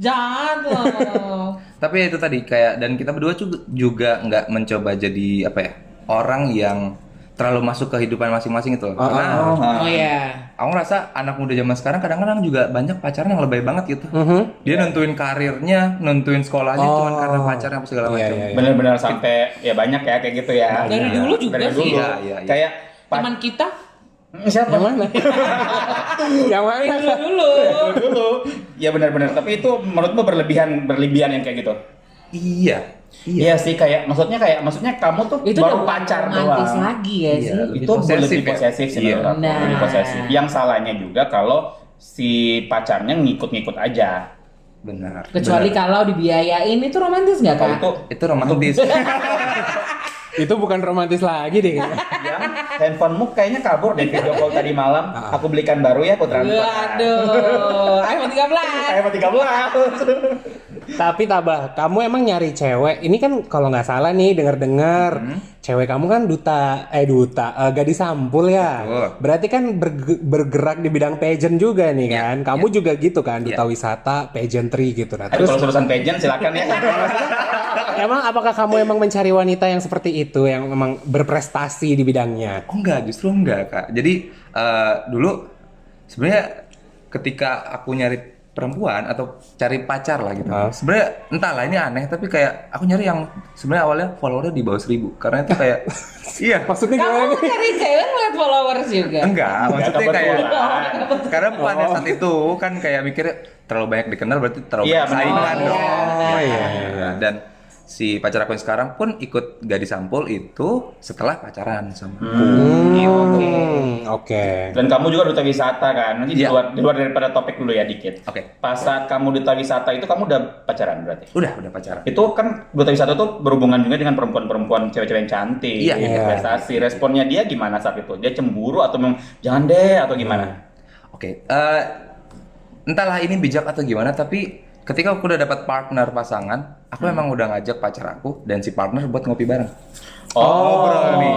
[SPEAKER 3] Jangan loh.
[SPEAKER 5] tapi ya itu tadi kayak dan kita berdua ju- juga nggak mencoba jadi apa ya orang yang terlalu masuk ke kehidupan masing-masing itu Nah, loh.
[SPEAKER 1] Ah,
[SPEAKER 5] Karena
[SPEAKER 4] Ah.
[SPEAKER 3] Oh ya.
[SPEAKER 5] aku ngerasa anak muda zaman sekarang kadang-kadang juga banyak pacaran yang lebay banget gitu.
[SPEAKER 1] Mhm.
[SPEAKER 5] Dia nentuin karirnya, nentuin sekolahnya
[SPEAKER 1] Oh.
[SPEAKER 5] cuman karena pacarnya apa segala
[SPEAKER 1] Iya,
[SPEAKER 5] macam.
[SPEAKER 1] iya, iya.
[SPEAKER 4] Bener-bener sampai ya banyak ya kayak gitu ya.
[SPEAKER 3] Dari
[SPEAKER 4] Iya.
[SPEAKER 3] dulu juga
[SPEAKER 4] Dari
[SPEAKER 3] sih.
[SPEAKER 4] dulu.
[SPEAKER 5] Iya, iya, iya.
[SPEAKER 4] Kayak pa-
[SPEAKER 3] Teman kita
[SPEAKER 4] siapa?
[SPEAKER 1] Yang mana? Yang mana?
[SPEAKER 3] dulu.
[SPEAKER 4] Dari dulu. Ya benar-benar. Tapi itu menurutmu berlebihan berlebihan yang kayak gitu?
[SPEAKER 5] Iya.
[SPEAKER 4] Iya sih kayak maksudnya kayak maksudnya kamu tuh
[SPEAKER 3] Itu
[SPEAKER 4] baru
[SPEAKER 3] udah
[SPEAKER 4] pacar
[SPEAKER 3] bukan
[SPEAKER 4] doang.
[SPEAKER 3] romantis lagi ya
[SPEAKER 5] Iya.
[SPEAKER 3] sih.
[SPEAKER 5] Lebih
[SPEAKER 4] itu
[SPEAKER 5] posesif
[SPEAKER 4] lebih
[SPEAKER 5] ya?
[SPEAKER 4] posesif sih
[SPEAKER 5] Iya.
[SPEAKER 4] menurut aku,
[SPEAKER 3] Nah.
[SPEAKER 4] lebih posesif. Yang salahnya juga kalau si pacarnya ngikut-ngikut aja.
[SPEAKER 5] Benar.
[SPEAKER 3] Kecuali kalau dibiayain itu romantis nggak
[SPEAKER 4] Kalau
[SPEAKER 3] kak?
[SPEAKER 4] itu
[SPEAKER 5] itu romantis.
[SPEAKER 1] Itu bukan romantis lagi deh. kayaknya.
[SPEAKER 4] yang ya, handphonemu kayaknya kabur dari video call tadi malam.
[SPEAKER 5] Ah.
[SPEAKER 4] Aku belikan baru ya, aku transfer. Eh,
[SPEAKER 3] Waduh, iPhone 13.
[SPEAKER 4] iPhone 13.
[SPEAKER 1] Tapi Tabah, kamu emang nyari cewek. Ini kan kalau nggak salah nih denger-dengar,
[SPEAKER 5] Hmm.
[SPEAKER 1] cewek kamu kan duta eh duta eh, gadis sampul ya.
[SPEAKER 5] Betul.
[SPEAKER 1] Berarti kan berge- bergerak di bidang pageant juga nih kan. Kamu juga gitu kan, duta
[SPEAKER 5] Ya.
[SPEAKER 1] wisata, pageantry gitu. Nah,
[SPEAKER 4] Aduh,
[SPEAKER 1] terus
[SPEAKER 4] kalau urusan pageant silakan ya.
[SPEAKER 1] emang apakah kamu emang mencari wanita yang seperti itu yang memang berprestasi di bidangnya?
[SPEAKER 5] Oh enggak, justru enggak kak. Jadi eh, dulu sebenarnya ketika aku nyari perempuan atau cari pacar lah gitu.
[SPEAKER 1] Ah.
[SPEAKER 5] Sebenarnya entahlah ini aneh tapi kayak aku nyari yang sebenarnya awalnya followernya di bawah seribu karena itu kayak iya
[SPEAKER 1] Maksudnya gimana
[SPEAKER 3] Kamu
[SPEAKER 1] nih?
[SPEAKER 3] cari cewek ngeliat followers
[SPEAKER 1] Iya.
[SPEAKER 3] juga.
[SPEAKER 5] enggak maksudnya kayak
[SPEAKER 4] kebetulan.
[SPEAKER 5] karena pada
[SPEAKER 1] Oh.
[SPEAKER 5] saat itu kan kayak mikirnya terlalu banyak dikenal berarti terlalu
[SPEAKER 4] Iya,
[SPEAKER 5] banyak saingan
[SPEAKER 4] benar.
[SPEAKER 5] dong.
[SPEAKER 1] Oh iya.
[SPEAKER 5] Nah, dan si pacar aku yang sekarang pun ikut gadis sampul itu setelah pacaran sama
[SPEAKER 4] Hmm.
[SPEAKER 5] aku. Gitu.
[SPEAKER 1] Hmm, Oke.
[SPEAKER 4] Dan kamu juga duta wisata kan? Nanti di
[SPEAKER 5] Iya.
[SPEAKER 4] luar, di luar daripada topik dulu ya dikit.
[SPEAKER 5] Oke.
[SPEAKER 4] Pas saat kamu duta wisata itu kamu udah pacaran berarti?
[SPEAKER 5] Udah, udah pacaran.
[SPEAKER 4] itu kan duta wisata tuh berhubungan juga dengan perempuan-perempuan cewek-cewek yang cantik
[SPEAKER 5] Iya.
[SPEAKER 4] yang investasi responnya dia gimana saat itu dia cemburu atau memang jangan deh atau
[SPEAKER 5] Hmm.
[SPEAKER 4] gimana
[SPEAKER 5] Oke, eh, entahlah ini bijak atau gimana, tapi ketika aku udah dapat partner pasangan, aku
[SPEAKER 4] Hmm.
[SPEAKER 5] emang udah ngajak pacar aku dan si partner buat ngopi bareng. ngobrol nih.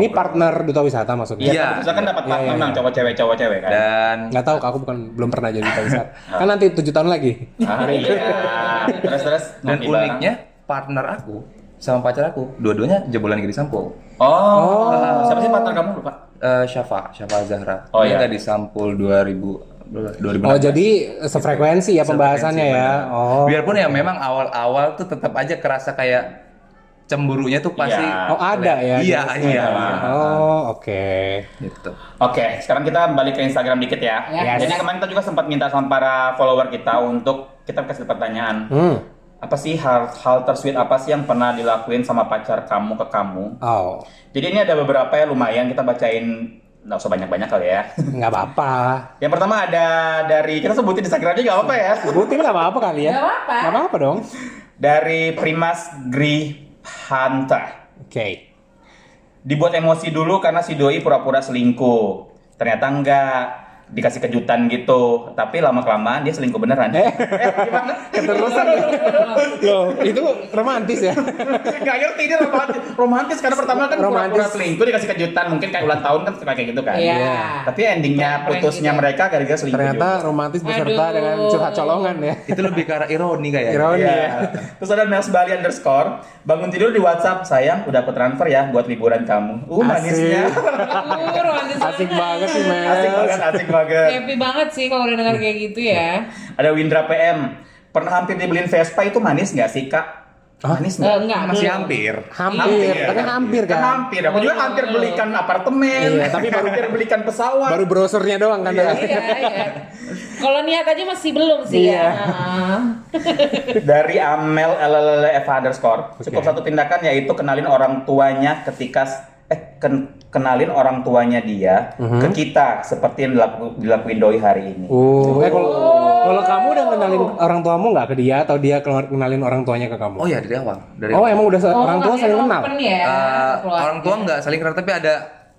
[SPEAKER 1] Ini partner duta wisata maksudnya.
[SPEAKER 4] Oh. iya
[SPEAKER 5] Oh, Iya.
[SPEAKER 4] terus kan dapat
[SPEAKER 1] Iya,
[SPEAKER 4] partner
[SPEAKER 1] iya,
[SPEAKER 4] yang
[SPEAKER 1] iya.
[SPEAKER 4] cowok cewek cowok cewek kan
[SPEAKER 5] Dan
[SPEAKER 1] Nggak tahu, aku bukan belum pernah jadi duta wisata. kan nanti tujuh tahun lagi.
[SPEAKER 4] ah, iya terus terus
[SPEAKER 5] dan
[SPEAKER 4] ngopi bareng.
[SPEAKER 5] uniknya partner aku sama pacar aku, dua-duanya jebolan gini sampul.
[SPEAKER 4] oh, siapa sih partner kamu lupa
[SPEAKER 5] Eh, Syafa, Syafa Zahra.
[SPEAKER 4] Oh,
[SPEAKER 5] Dia
[SPEAKER 4] iya.
[SPEAKER 5] nggak disampul 2000 2000
[SPEAKER 1] Oh jadi sefrekuensi ya pembahasannya ya. Oh.
[SPEAKER 5] Biarpun ya memang awal-awal tuh tetap aja kerasa kayak cemburunya tuh pasti
[SPEAKER 4] Iya.
[SPEAKER 1] Oh ada ya?
[SPEAKER 5] Iya,
[SPEAKER 1] jenisnya
[SPEAKER 5] iya.
[SPEAKER 1] ya? Oh oke.
[SPEAKER 5] gitu.
[SPEAKER 4] Oke, sekarang kita balik ke Instagram dikit ya.
[SPEAKER 3] Ya.
[SPEAKER 1] Yes.
[SPEAKER 4] Jadi kemarin kita juga sempat minta sama para follower kita untuk kita kasih pertanyaan.
[SPEAKER 1] Hmm.
[SPEAKER 4] Apa sih hal, hal tersulit apa sih yang pernah dilakuin sama pacar kamu ke kamu?
[SPEAKER 1] Oh
[SPEAKER 4] Jadi ini ada beberapa ya lumayan kita bacain nggak usah banyak-banyak kali ya.
[SPEAKER 1] nggak apa-apa.
[SPEAKER 4] Yang pertama ada dari kita sebutin Instagramnya nggak apa-apa ya.
[SPEAKER 1] Sebutin nggak apa-apa kali ya?
[SPEAKER 3] Nggak apa-apa.
[SPEAKER 1] Nggak apa-apa dong.
[SPEAKER 4] Dari Primas Grihanta.
[SPEAKER 1] Oke.
[SPEAKER 4] Dibuat emosi dulu karena si doi pura-pura selingkuh. Ternyata enggak dikasih kejutan gitu. Tapi lama kelamaan dia selingkuh beneran.
[SPEAKER 1] Eh.
[SPEAKER 4] eh gimana?
[SPEAKER 1] Keterusan. ya? Loh itu romantis ya?
[SPEAKER 4] Gak ngerti dia romantis. Romantis karena pertama kan pura-pura
[SPEAKER 1] Romantis.
[SPEAKER 4] selingkuh dikasih kejutan mungkin kayak ulang tahun kan suka kayak gitu kan.
[SPEAKER 3] Iya.
[SPEAKER 4] Tapi endingnya
[SPEAKER 3] Prank
[SPEAKER 4] putusnya
[SPEAKER 3] gitu.
[SPEAKER 4] mereka gara-gara selingkuh.
[SPEAKER 1] Ternyata romantis beserta
[SPEAKER 3] Aduh.
[SPEAKER 1] dengan curhat colongan ya.
[SPEAKER 5] Itu lebih ke arah ironi kayaknya.
[SPEAKER 1] Ironi
[SPEAKER 4] Iya.
[SPEAKER 1] ya.
[SPEAKER 4] Terus ada Nels Bali underscore bangun tidur di WhatsApp sayang udah aku transfer ya buat liburan kamu. Uh manisnya.
[SPEAKER 3] Uh, romantis
[SPEAKER 1] Asik banget sih Mel.
[SPEAKER 4] Asik banget, asik banget.
[SPEAKER 3] Happy banget sih kalau udah dengar kayak gitu ya.
[SPEAKER 4] Ada Windra PM. Pernah hampir dibeliin Vespa itu manis nggak sih kak? Manis
[SPEAKER 3] Eh,
[SPEAKER 4] nggak?
[SPEAKER 3] enggak,
[SPEAKER 5] Masih
[SPEAKER 3] belum.
[SPEAKER 5] hampir.
[SPEAKER 1] Hampir,
[SPEAKER 4] Hampir.
[SPEAKER 1] tapi hampir
[SPEAKER 4] Kan
[SPEAKER 1] kan.
[SPEAKER 4] hampir. Aku juga hampir belikan apartemen.
[SPEAKER 1] Iya, tapi baru-
[SPEAKER 4] hampir belikan pesawat.
[SPEAKER 1] Baru browsernya doang kan.
[SPEAKER 4] Iya.
[SPEAKER 3] Iya, iya. Kalau niat aja masih belum sih
[SPEAKER 1] Iya.
[SPEAKER 3] ya. Heeh.
[SPEAKER 4] Dari Amel LLLF underscore cukup
[SPEAKER 1] Oke.
[SPEAKER 4] satu tindakan yaitu kenalin orang tuanya ketika eh ken- kenalin orang tuanya dia
[SPEAKER 1] Mhm.
[SPEAKER 4] ke kita seperti yang dilaku- dilakuin doi hari ini.
[SPEAKER 1] Oh, eh kalau kalau kamu udah kenalin orang tuamu nggak ke dia atau dia keluar kenalin orang tuanya ke kamu?
[SPEAKER 5] Oh ya dari awal. Dari
[SPEAKER 1] Oh,
[SPEAKER 5] awal.
[SPEAKER 1] emang udah se- orang tua
[SPEAKER 3] kalian
[SPEAKER 1] saling kenal.
[SPEAKER 3] open Ya,
[SPEAKER 5] Eh,
[SPEAKER 3] keluarga.
[SPEAKER 5] orang tua nggak saling kenal tapi ada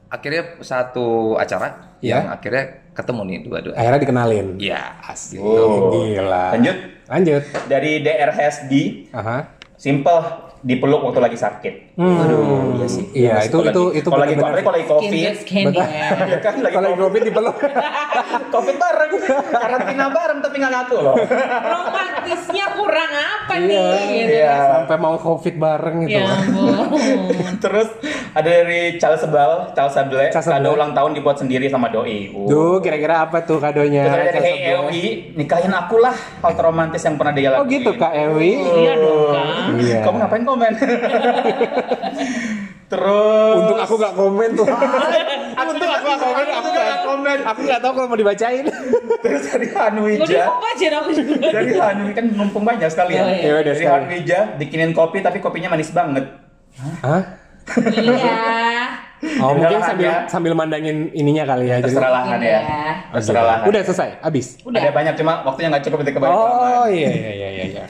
[SPEAKER 5] akhirnya satu acara
[SPEAKER 1] Iya. Eh.
[SPEAKER 5] yang akhirnya ketemu nih dua-dua.
[SPEAKER 1] Akhirnya dikenalin.
[SPEAKER 5] Iya.
[SPEAKER 1] Asik.
[SPEAKER 4] Oh.
[SPEAKER 1] Gila.
[SPEAKER 4] Lanjut
[SPEAKER 1] Lanjut.
[SPEAKER 4] dari DR Hasdi,
[SPEAKER 1] Aha.
[SPEAKER 4] simple dipeluk waktu lagi sakit.
[SPEAKER 1] Hmm.
[SPEAKER 4] iya sih.
[SPEAKER 1] Iya,
[SPEAKER 4] Masih
[SPEAKER 1] itu-
[SPEAKER 4] kalau
[SPEAKER 1] itu-
[SPEAKER 4] lagi-
[SPEAKER 1] itu
[SPEAKER 4] kalau lagi
[SPEAKER 1] benar-benar
[SPEAKER 4] apalagi kalau lagi
[SPEAKER 3] Skin
[SPEAKER 4] covid.
[SPEAKER 3] to skin ya.
[SPEAKER 4] Iya kan lagi
[SPEAKER 1] Kalau
[SPEAKER 4] covid,
[SPEAKER 1] gue dipeluk.
[SPEAKER 4] covid bareng, karantina bareng tapi nggak ngaku loh.
[SPEAKER 3] Romantisnya kurang apa
[SPEAKER 1] Iya.
[SPEAKER 3] nih? Gitu.
[SPEAKER 4] Iya.
[SPEAKER 1] sampai mau covid bareng gitu.
[SPEAKER 3] Ya ampun.
[SPEAKER 4] Terus ada dari Charles Sebal, Charles Sable,
[SPEAKER 1] Charles
[SPEAKER 4] kado
[SPEAKER 1] Sebel.
[SPEAKER 4] ulang tahun dibuat sendiri sama doi. Uh.
[SPEAKER 1] Duh, Ya, kira-kira apa tuh kadonya?
[SPEAKER 4] Terus ada dari Hey
[SPEAKER 1] Kasebel.
[SPEAKER 4] Ewi, nikahin aku lah hal romantis yang pernah dia
[SPEAKER 1] Oh
[SPEAKER 4] lakuin.
[SPEAKER 1] gitu Kak Ewi.
[SPEAKER 3] Iya dong kan.
[SPEAKER 4] Hmm.
[SPEAKER 1] Iya.
[SPEAKER 4] Kamu ngapain komen? Terus
[SPEAKER 1] Untuk aku gak komen tuh.
[SPEAKER 4] Untuk aku gak komen, aku gak komen.
[SPEAKER 1] aku gak tahu kalau mau dibacain.
[SPEAKER 4] Terus dari
[SPEAKER 3] Mau
[SPEAKER 4] Hanwija.
[SPEAKER 3] dibuka aja aku juga.
[SPEAKER 4] Dari Hanwija kan numpung banyak sekali ya.
[SPEAKER 3] Oh, iya.
[SPEAKER 1] Iya, udah
[SPEAKER 4] dari
[SPEAKER 1] sekali.
[SPEAKER 4] Hanwija bikinin kopi tapi kopinya manis banget.
[SPEAKER 1] Hah?
[SPEAKER 3] Iya.
[SPEAKER 1] Oh,
[SPEAKER 4] Yaudah
[SPEAKER 1] mungkin
[SPEAKER 4] lah,
[SPEAKER 1] sambil
[SPEAKER 4] ada.
[SPEAKER 1] sambil mandangin ininya kali ya. jadi-
[SPEAKER 4] Terserah lahan ya.
[SPEAKER 3] Iya.
[SPEAKER 4] Terserah lahan.
[SPEAKER 1] Udah selesai, habis.
[SPEAKER 3] Udah.
[SPEAKER 4] Ada banyak cuma waktunya nggak cukup untuk kebalik
[SPEAKER 1] Oh iya iya iya iya, iya.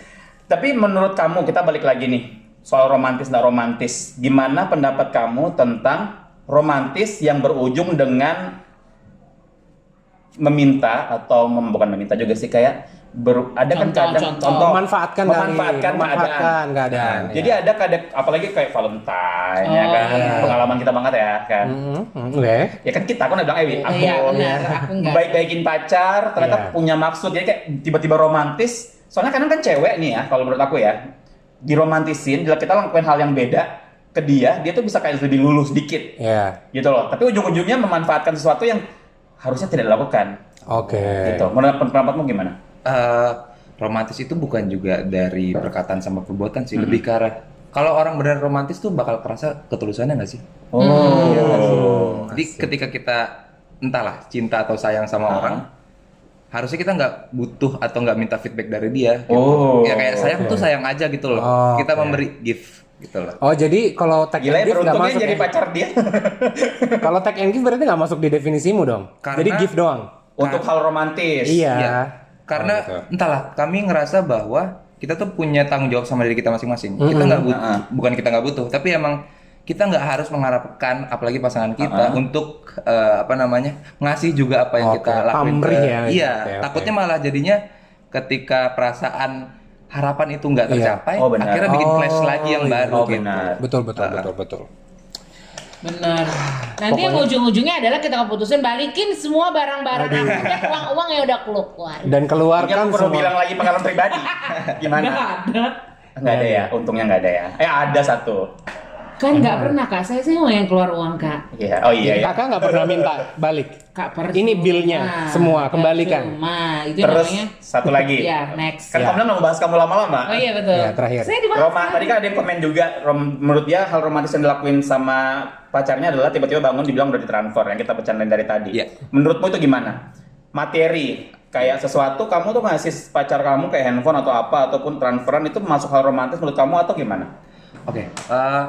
[SPEAKER 4] Tapi menurut kamu kita balik lagi nih soal romantis dan romantis. Gimana pendapat kamu tentang romantis yang berujung dengan meminta atau mem- bukan meminta juga sih kayak ber, ada kan
[SPEAKER 3] Contoh,
[SPEAKER 4] kadang
[SPEAKER 3] contoh.
[SPEAKER 1] Memanfaatkan kali,
[SPEAKER 4] memanfaatkan
[SPEAKER 1] memanfaatkan
[SPEAKER 4] keadaan.
[SPEAKER 1] keadaan,
[SPEAKER 4] Nah,
[SPEAKER 1] iya.
[SPEAKER 4] Jadi ada kadang apalagi kayak Valentine ya
[SPEAKER 3] Oh,
[SPEAKER 4] kan
[SPEAKER 3] iya.
[SPEAKER 4] pengalaman kita banget ya kan.
[SPEAKER 1] Mm, mm, Oke.
[SPEAKER 4] Ya kan kita aku udah bilang Ewi, aku
[SPEAKER 3] Iya, benar. Aku nggak-
[SPEAKER 4] baik-baikin pacar, ternyata
[SPEAKER 1] Iya.
[SPEAKER 4] punya maksud. Jadi kayak tiba-tiba romantis. Soalnya kadang kan cewek nih ya, kalau menurut aku ya, diromantisin, bila kita lakuin hal yang beda ke dia, dia tuh bisa kayak lebih lulus dikit
[SPEAKER 1] Ya.
[SPEAKER 4] gitu loh. Tapi ujung-ujungnya memanfaatkan sesuatu yang harusnya tidak dilakukan.
[SPEAKER 1] Oke.
[SPEAKER 4] Gitu. Menurut pendapatmu gimana?
[SPEAKER 5] Eh, romantis itu bukan juga dari perkataan sama perbuatan sih, lebih ke arah kalau orang benar romantis tuh bakal kerasa ketulusannya nggak sih?
[SPEAKER 3] Hmm.
[SPEAKER 4] Oh.
[SPEAKER 5] Jadi ketika kita entahlah cinta atau sayang sama
[SPEAKER 4] Ah.
[SPEAKER 5] orang, harusnya kita nggak butuh atau nggak minta feedback dari dia. gitu.
[SPEAKER 4] Oh.
[SPEAKER 5] ya kayak sayang
[SPEAKER 1] oke.
[SPEAKER 5] tuh sayang aja gitu loh.
[SPEAKER 1] Oh,
[SPEAKER 5] kita
[SPEAKER 1] oke.
[SPEAKER 5] memberi gift gitu loh.
[SPEAKER 1] Oh jadi kalau tag
[SPEAKER 4] Gila ya
[SPEAKER 1] and give nggak
[SPEAKER 4] beruntungnya
[SPEAKER 1] masuk
[SPEAKER 4] jadi
[SPEAKER 1] ya?
[SPEAKER 4] pacar dia.
[SPEAKER 1] Kalau tag and give berarti nggak masuk di definisimu dong.
[SPEAKER 5] Karena-
[SPEAKER 1] Jadi gift doang.
[SPEAKER 4] Untuk hal romantis.
[SPEAKER 1] Kan. Iya.
[SPEAKER 5] Iya. Karena
[SPEAKER 1] Oh, gitu.
[SPEAKER 5] entahlah, kami ngerasa bahwa kita tuh punya tanggung jawab sama diri kita masing-masing. Kita
[SPEAKER 1] Mm-mm.
[SPEAKER 5] nggak butuh,
[SPEAKER 4] Ah.
[SPEAKER 5] bukan kita nggak butuh, tapi emang kita nggak harus mengharapkan, apalagi pasangan kita
[SPEAKER 4] Ah.
[SPEAKER 5] untuk eh, apa namanya ngasih juga apa yang
[SPEAKER 1] Oke,
[SPEAKER 5] kita lakukan.
[SPEAKER 1] pamrih ya, gitu.
[SPEAKER 5] Iya,
[SPEAKER 1] Oke, oke.
[SPEAKER 5] takutnya malah jadinya ketika perasaan harapan itu nggak
[SPEAKER 1] Iya.
[SPEAKER 5] tercapai,
[SPEAKER 4] Oh, benar.
[SPEAKER 5] akhirnya bikin
[SPEAKER 1] Oh,
[SPEAKER 5] flash lagi yang
[SPEAKER 1] iya.
[SPEAKER 5] baru.
[SPEAKER 4] Oh
[SPEAKER 5] gitu.
[SPEAKER 4] benar.
[SPEAKER 1] Betul betul betul betul.
[SPEAKER 4] Iya.
[SPEAKER 3] Benar. Nanti yang ujung-ujungnya adalah kita keputusin balikin semua barang-barang aku dan uang-uang yang udah keluar.
[SPEAKER 1] Dan
[SPEAKER 4] Mungkin
[SPEAKER 1] keluarkan
[SPEAKER 4] aku perlu
[SPEAKER 1] semua.
[SPEAKER 4] bilang lagi pengalaman pribadi. Gimana?
[SPEAKER 3] Nggak ada.
[SPEAKER 4] Nggak ada ya, untungnya nggak ada ya. Eh ada satu.
[SPEAKER 3] Kan nggak pernah kak, saya sih mau yang keluar uang kak.
[SPEAKER 4] Iya, oh iya
[SPEAKER 1] Jadi
[SPEAKER 4] ya.
[SPEAKER 1] kakak nggak pernah minta balik.
[SPEAKER 3] Kak percuma.
[SPEAKER 1] Ini bill-nya semua, kembalikan.
[SPEAKER 3] Percuma. itu
[SPEAKER 4] Terus
[SPEAKER 3] namanya.
[SPEAKER 4] satu lagi.
[SPEAKER 3] Ya, next.
[SPEAKER 4] Kan
[SPEAKER 1] Ya.
[SPEAKER 4] kamu bilang mau bahas kamu lama-lama.
[SPEAKER 3] Oh iya betul.
[SPEAKER 1] Ya, terakhir.
[SPEAKER 3] Saya dibahas.
[SPEAKER 4] Roma, tadi kan ada yang komen juga, rom- menurut dia hal romantis yang dilakuin sama pacarnya adalah tiba-tiba bangun dibilang udah ditransfer yang kita bercandain dari tadi.
[SPEAKER 5] Iya.
[SPEAKER 4] Menurutmu itu gimana? Materi kayak sesuatu kamu tuh ngasih pacar kamu kayak handphone atau apa ataupun transferan itu masuk hal romantis menurut kamu atau gimana?
[SPEAKER 5] Oke, eh,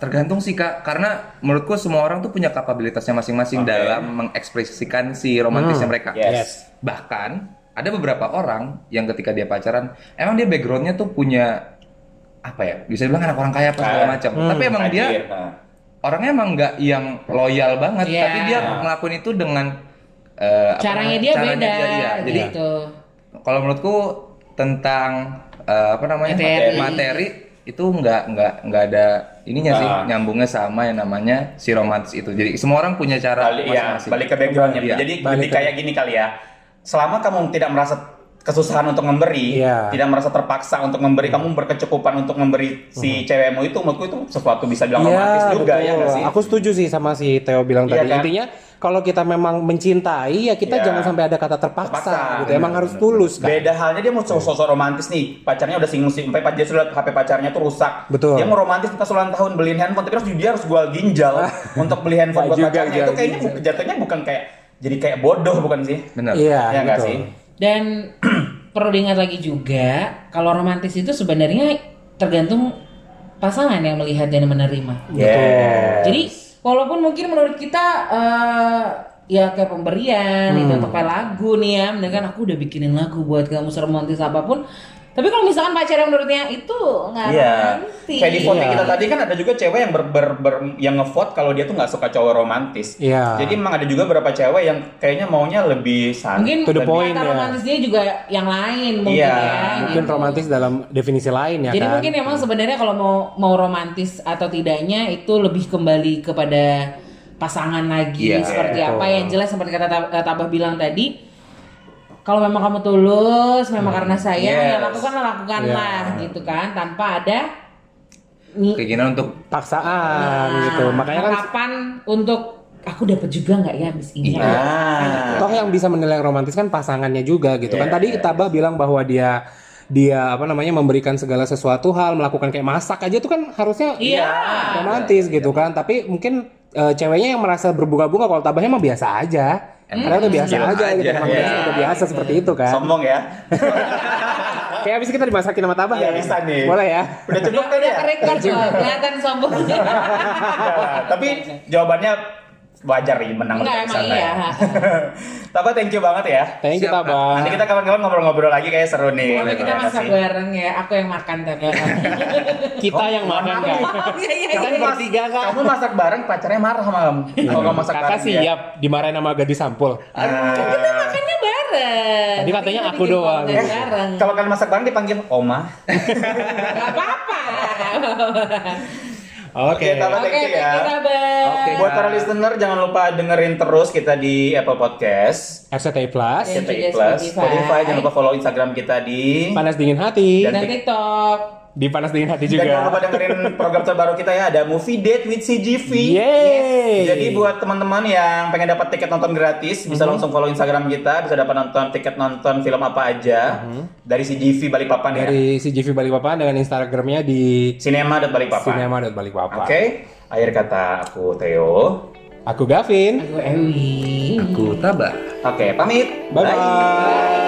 [SPEAKER 5] tergantung sih kak, karena menurutku semua orang tuh punya kapabilitasnya masing-masing
[SPEAKER 4] Oke.
[SPEAKER 5] dalam mengekspresikan si romantisnya
[SPEAKER 1] Hmm.
[SPEAKER 5] mereka.
[SPEAKER 4] Yes.
[SPEAKER 5] Bahkan ada beberapa orang yang ketika dia pacaran, emang dia backgroundnya tuh punya apa ya? Bisa bilang anak orang kaya apa segala
[SPEAKER 4] Ah.
[SPEAKER 5] macam. Tapi emang dia
[SPEAKER 4] Hadir, nah.
[SPEAKER 5] orangnya emang nggak yang loyal banget,
[SPEAKER 3] Iya.
[SPEAKER 5] tapi dia ngelakuin itu dengan eh, apa
[SPEAKER 3] Caranya
[SPEAKER 5] namanya,
[SPEAKER 3] dia
[SPEAKER 5] caranya
[SPEAKER 3] beda.
[SPEAKER 5] iya. Jadi
[SPEAKER 3] gitu.
[SPEAKER 5] kalau menurutku tentang eh, apa namanya
[SPEAKER 3] Materi.
[SPEAKER 5] materi itu nggak nggak nggak ada ininya sih
[SPEAKER 4] Ah.
[SPEAKER 5] nyambungnya sama yang namanya si romantis itu jadi semua orang punya cara
[SPEAKER 4] balik ya
[SPEAKER 5] masing-masing.
[SPEAKER 4] balik ke backgroundnya
[SPEAKER 5] Iya.
[SPEAKER 4] jadi
[SPEAKER 1] Balik
[SPEAKER 4] jadi
[SPEAKER 1] ke-
[SPEAKER 4] kayak gini kali ya selama kamu tidak merasa kesusahan untuk memberi
[SPEAKER 1] Iya.
[SPEAKER 4] tidak merasa terpaksa untuk memberi kamu berkecukupan untuk memberi si cewekmu itu menurutku itu sesuatu bisa bilang romantis
[SPEAKER 1] Iya,
[SPEAKER 4] juga ya nggak
[SPEAKER 1] betul.
[SPEAKER 4] sih
[SPEAKER 1] Aku setuju sih sama si Theo bilang
[SPEAKER 4] Iya
[SPEAKER 1] tadi.
[SPEAKER 4] kan?
[SPEAKER 1] Intinya kalau kita memang mencintai ya kita
[SPEAKER 4] Iya.
[SPEAKER 1] jangan sampai ada kata terpaksa,
[SPEAKER 4] Terpaksa,
[SPEAKER 1] gitu. Emang harus tulus kan.
[SPEAKER 4] beda halnya dia mau sosok romantis nih pacarnya udah singgung sih sampai dia sudah HP pacarnya tuh rusak
[SPEAKER 1] Betul.
[SPEAKER 4] dia mau romantis pas ulang tahun beliin handphone tapi harus dia harus jual ginjal untuk beli handphone
[SPEAKER 1] Nggak
[SPEAKER 4] buat
[SPEAKER 1] Ah. juga
[SPEAKER 4] pacarnya itu
[SPEAKER 1] jual
[SPEAKER 4] kayaknya bu- jatuhnya bukan kayak jadi kayak bodoh bukan sih
[SPEAKER 5] benar
[SPEAKER 1] Iya,
[SPEAKER 4] Iya nggak
[SPEAKER 1] betul.
[SPEAKER 4] sih
[SPEAKER 3] Dan perlu diingat lagi juga kalau romantis itu sebenarnya tergantung pasangan yang melihat dan menerima.
[SPEAKER 4] Yes.
[SPEAKER 3] Jadi walaupun mungkin menurut kita eh, ya kayak pemberian
[SPEAKER 4] Hmm.
[SPEAKER 3] itu atau kayak lagu nih ya, mendingan aku udah bikinin lagu buat kamu seromantis apapun. Tapi kalau misalkan pacar yang menurutnya itu nggak
[SPEAKER 4] Iya.
[SPEAKER 3] romantis.
[SPEAKER 4] Kayak di voting
[SPEAKER 1] Iya.
[SPEAKER 4] kita tadi kan ada juga cewek yang ber, ber- ber- yang ngevote kalau dia tuh nggak suka cowok romantis.
[SPEAKER 1] Iya.
[SPEAKER 4] Jadi emang ada juga beberapa cewek yang kayaknya maunya lebih
[SPEAKER 3] mungkin
[SPEAKER 4] santai.
[SPEAKER 1] To the point, ya.
[SPEAKER 3] kata romantis dia juga yang lain mungkin
[SPEAKER 4] Iya.
[SPEAKER 3] ya.
[SPEAKER 1] Mungkin
[SPEAKER 3] gitu.
[SPEAKER 1] romantis dalam definisi lain ya
[SPEAKER 3] Jadi
[SPEAKER 1] kan.
[SPEAKER 3] mungkin memang sebenarnya kalau mau mau romantis atau tidaknya itu lebih kembali kepada pasangan lagi
[SPEAKER 5] Iya,
[SPEAKER 3] seperti
[SPEAKER 4] betul.
[SPEAKER 3] apa yang jelas seperti kata Tab- eh, Tabah bilang tadi kalau memang kamu tulus memang karena
[SPEAKER 1] Hmm.
[SPEAKER 3] sayang ya
[SPEAKER 4] Yes.
[SPEAKER 3] lakukan
[SPEAKER 1] Iya.
[SPEAKER 3] lakukanlah gitu kan tanpa ada ni-
[SPEAKER 5] keinginan untuk
[SPEAKER 1] paksaan Iya,
[SPEAKER 3] Nah.
[SPEAKER 1] gitu. Makanya kan
[SPEAKER 3] harapan untuk aku dapat juga nggak ya habis ini
[SPEAKER 5] Iya.
[SPEAKER 4] Nah.
[SPEAKER 1] toh yang bisa menilai yang romantis kan pasangannya juga gitu kan.
[SPEAKER 4] Iya,
[SPEAKER 1] Tadi
[SPEAKER 4] iya,
[SPEAKER 1] Tabah bilang bahwa dia dia apa namanya memberikan segala sesuatu hal, melakukan kayak masak aja tuh kan harusnya
[SPEAKER 3] Iya.
[SPEAKER 4] Ah,
[SPEAKER 1] romantis
[SPEAKER 4] iya,
[SPEAKER 1] gitu kan. Tapi mungkin eh, ceweknya yang merasa berbunga-bunga kalau Tabahnya mah biasa aja. Karena udah biasa
[SPEAKER 4] Biasa
[SPEAKER 1] aja, gitu,
[SPEAKER 4] aja,
[SPEAKER 1] emang
[SPEAKER 4] Hmm, iya.
[SPEAKER 1] biasa, udah biasa seperti itu kan.
[SPEAKER 4] Sombong ya.
[SPEAKER 1] Kayak abis kita dimasakin sama Tabah
[SPEAKER 4] Iya, bisa nih.
[SPEAKER 1] Boleh ya?
[SPEAKER 4] Udah cukup kan ya?
[SPEAKER 3] Record,
[SPEAKER 1] Iya
[SPEAKER 3] oh, kelihatan sombong
[SPEAKER 4] Nah, Tapi jawabannya wajar nih menang
[SPEAKER 3] Enggak
[SPEAKER 4] dari
[SPEAKER 3] emang
[SPEAKER 4] sana
[SPEAKER 3] iya
[SPEAKER 4] ya. Tapi thank you banget ya.
[SPEAKER 1] Thank you
[SPEAKER 5] Siap, Kak.
[SPEAKER 1] Tabah.
[SPEAKER 4] Nanti kita kapan-kapan ngobrol-ngobrol lagi kayak seru
[SPEAKER 1] Iya,
[SPEAKER 4] nih.
[SPEAKER 3] Kalau kita
[SPEAKER 4] Terima
[SPEAKER 3] masak
[SPEAKER 4] kasih.
[SPEAKER 3] bareng ya aku yang makan tapi
[SPEAKER 1] Kita yang makan
[SPEAKER 4] Oh, maaf. ya.
[SPEAKER 1] kan.
[SPEAKER 3] Iya, iya,
[SPEAKER 1] Kita
[SPEAKER 3] iya.
[SPEAKER 1] yang bertiga Iya. kan.
[SPEAKER 4] Kamu masak bareng pacarnya marah sama kamu. Kalau kamu masak
[SPEAKER 1] Kakak
[SPEAKER 4] bareng ya. dia.
[SPEAKER 1] siap dimarahin sama gadis sampul.
[SPEAKER 4] Nah.
[SPEAKER 3] Kita makannya bareng.
[SPEAKER 1] Tadi katanya
[SPEAKER 3] Kita
[SPEAKER 1] aku
[SPEAKER 3] bikin
[SPEAKER 1] doang.
[SPEAKER 3] konten Bareng.
[SPEAKER 4] Eh, Kalau kalian masak bareng dipanggil Oma.
[SPEAKER 3] Gak apa-apa.
[SPEAKER 1] Oke.
[SPEAKER 4] Oke, Tabah.
[SPEAKER 3] Oke,
[SPEAKER 4] Thank you
[SPEAKER 3] thank
[SPEAKER 4] ya.
[SPEAKER 3] you Rabah.
[SPEAKER 1] Oh,
[SPEAKER 5] Oke.
[SPEAKER 4] Buat para listener jangan lupa dengerin terus kita di Apple Podcast,
[SPEAKER 1] RCTI Plus.
[SPEAKER 3] Dan juga
[SPEAKER 4] CTI Plus,
[SPEAKER 3] Spotify.
[SPEAKER 4] Spotify, jangan lupa follow Instagram kita di
[SPEAKER 1] Panas dingin hati.
[SPEAKER 4] Dan-
[SPEAKER 3] Dan TikTok.
[SPEAKER 1] Di panas dingin hati
[SPEAKER 4] dan jangan lupa
[SPEAKER 1] juga.
[SPEAKER 4] dengerin program terbaru kita ya ada Movie Date with CGV.
[SPEAKER 1] Yeay.
[SPEAKER 4] Jadi buat teman-teman yang pengen dapat tiket nonton gratis bisa
[SPEAKER 1] Mhm.
[SPEAKER 4] langsung follow Instagram kita, bisa dapat nonton tiket nonton film apa aja dari CGV Balikpapan ya.
[SPEAKER 1] Mhm. dari CGV Balikpapan dengan Instagramnya di
[SPEAKER 4] Cinema dan Balikpapan.
[SPEAKER 1] cinema.balikpapan.
[SPEAKER 4] Oke, akhir kata aku Theo.
[SPEAKER 1] Aku Gavin.
[SPEAKER 3] Gue Ewi.
[SPEAKER 5] aku tabah
[SPEAKER 4] Oke, pamit.
[SPEAKER 1] Bye-bye.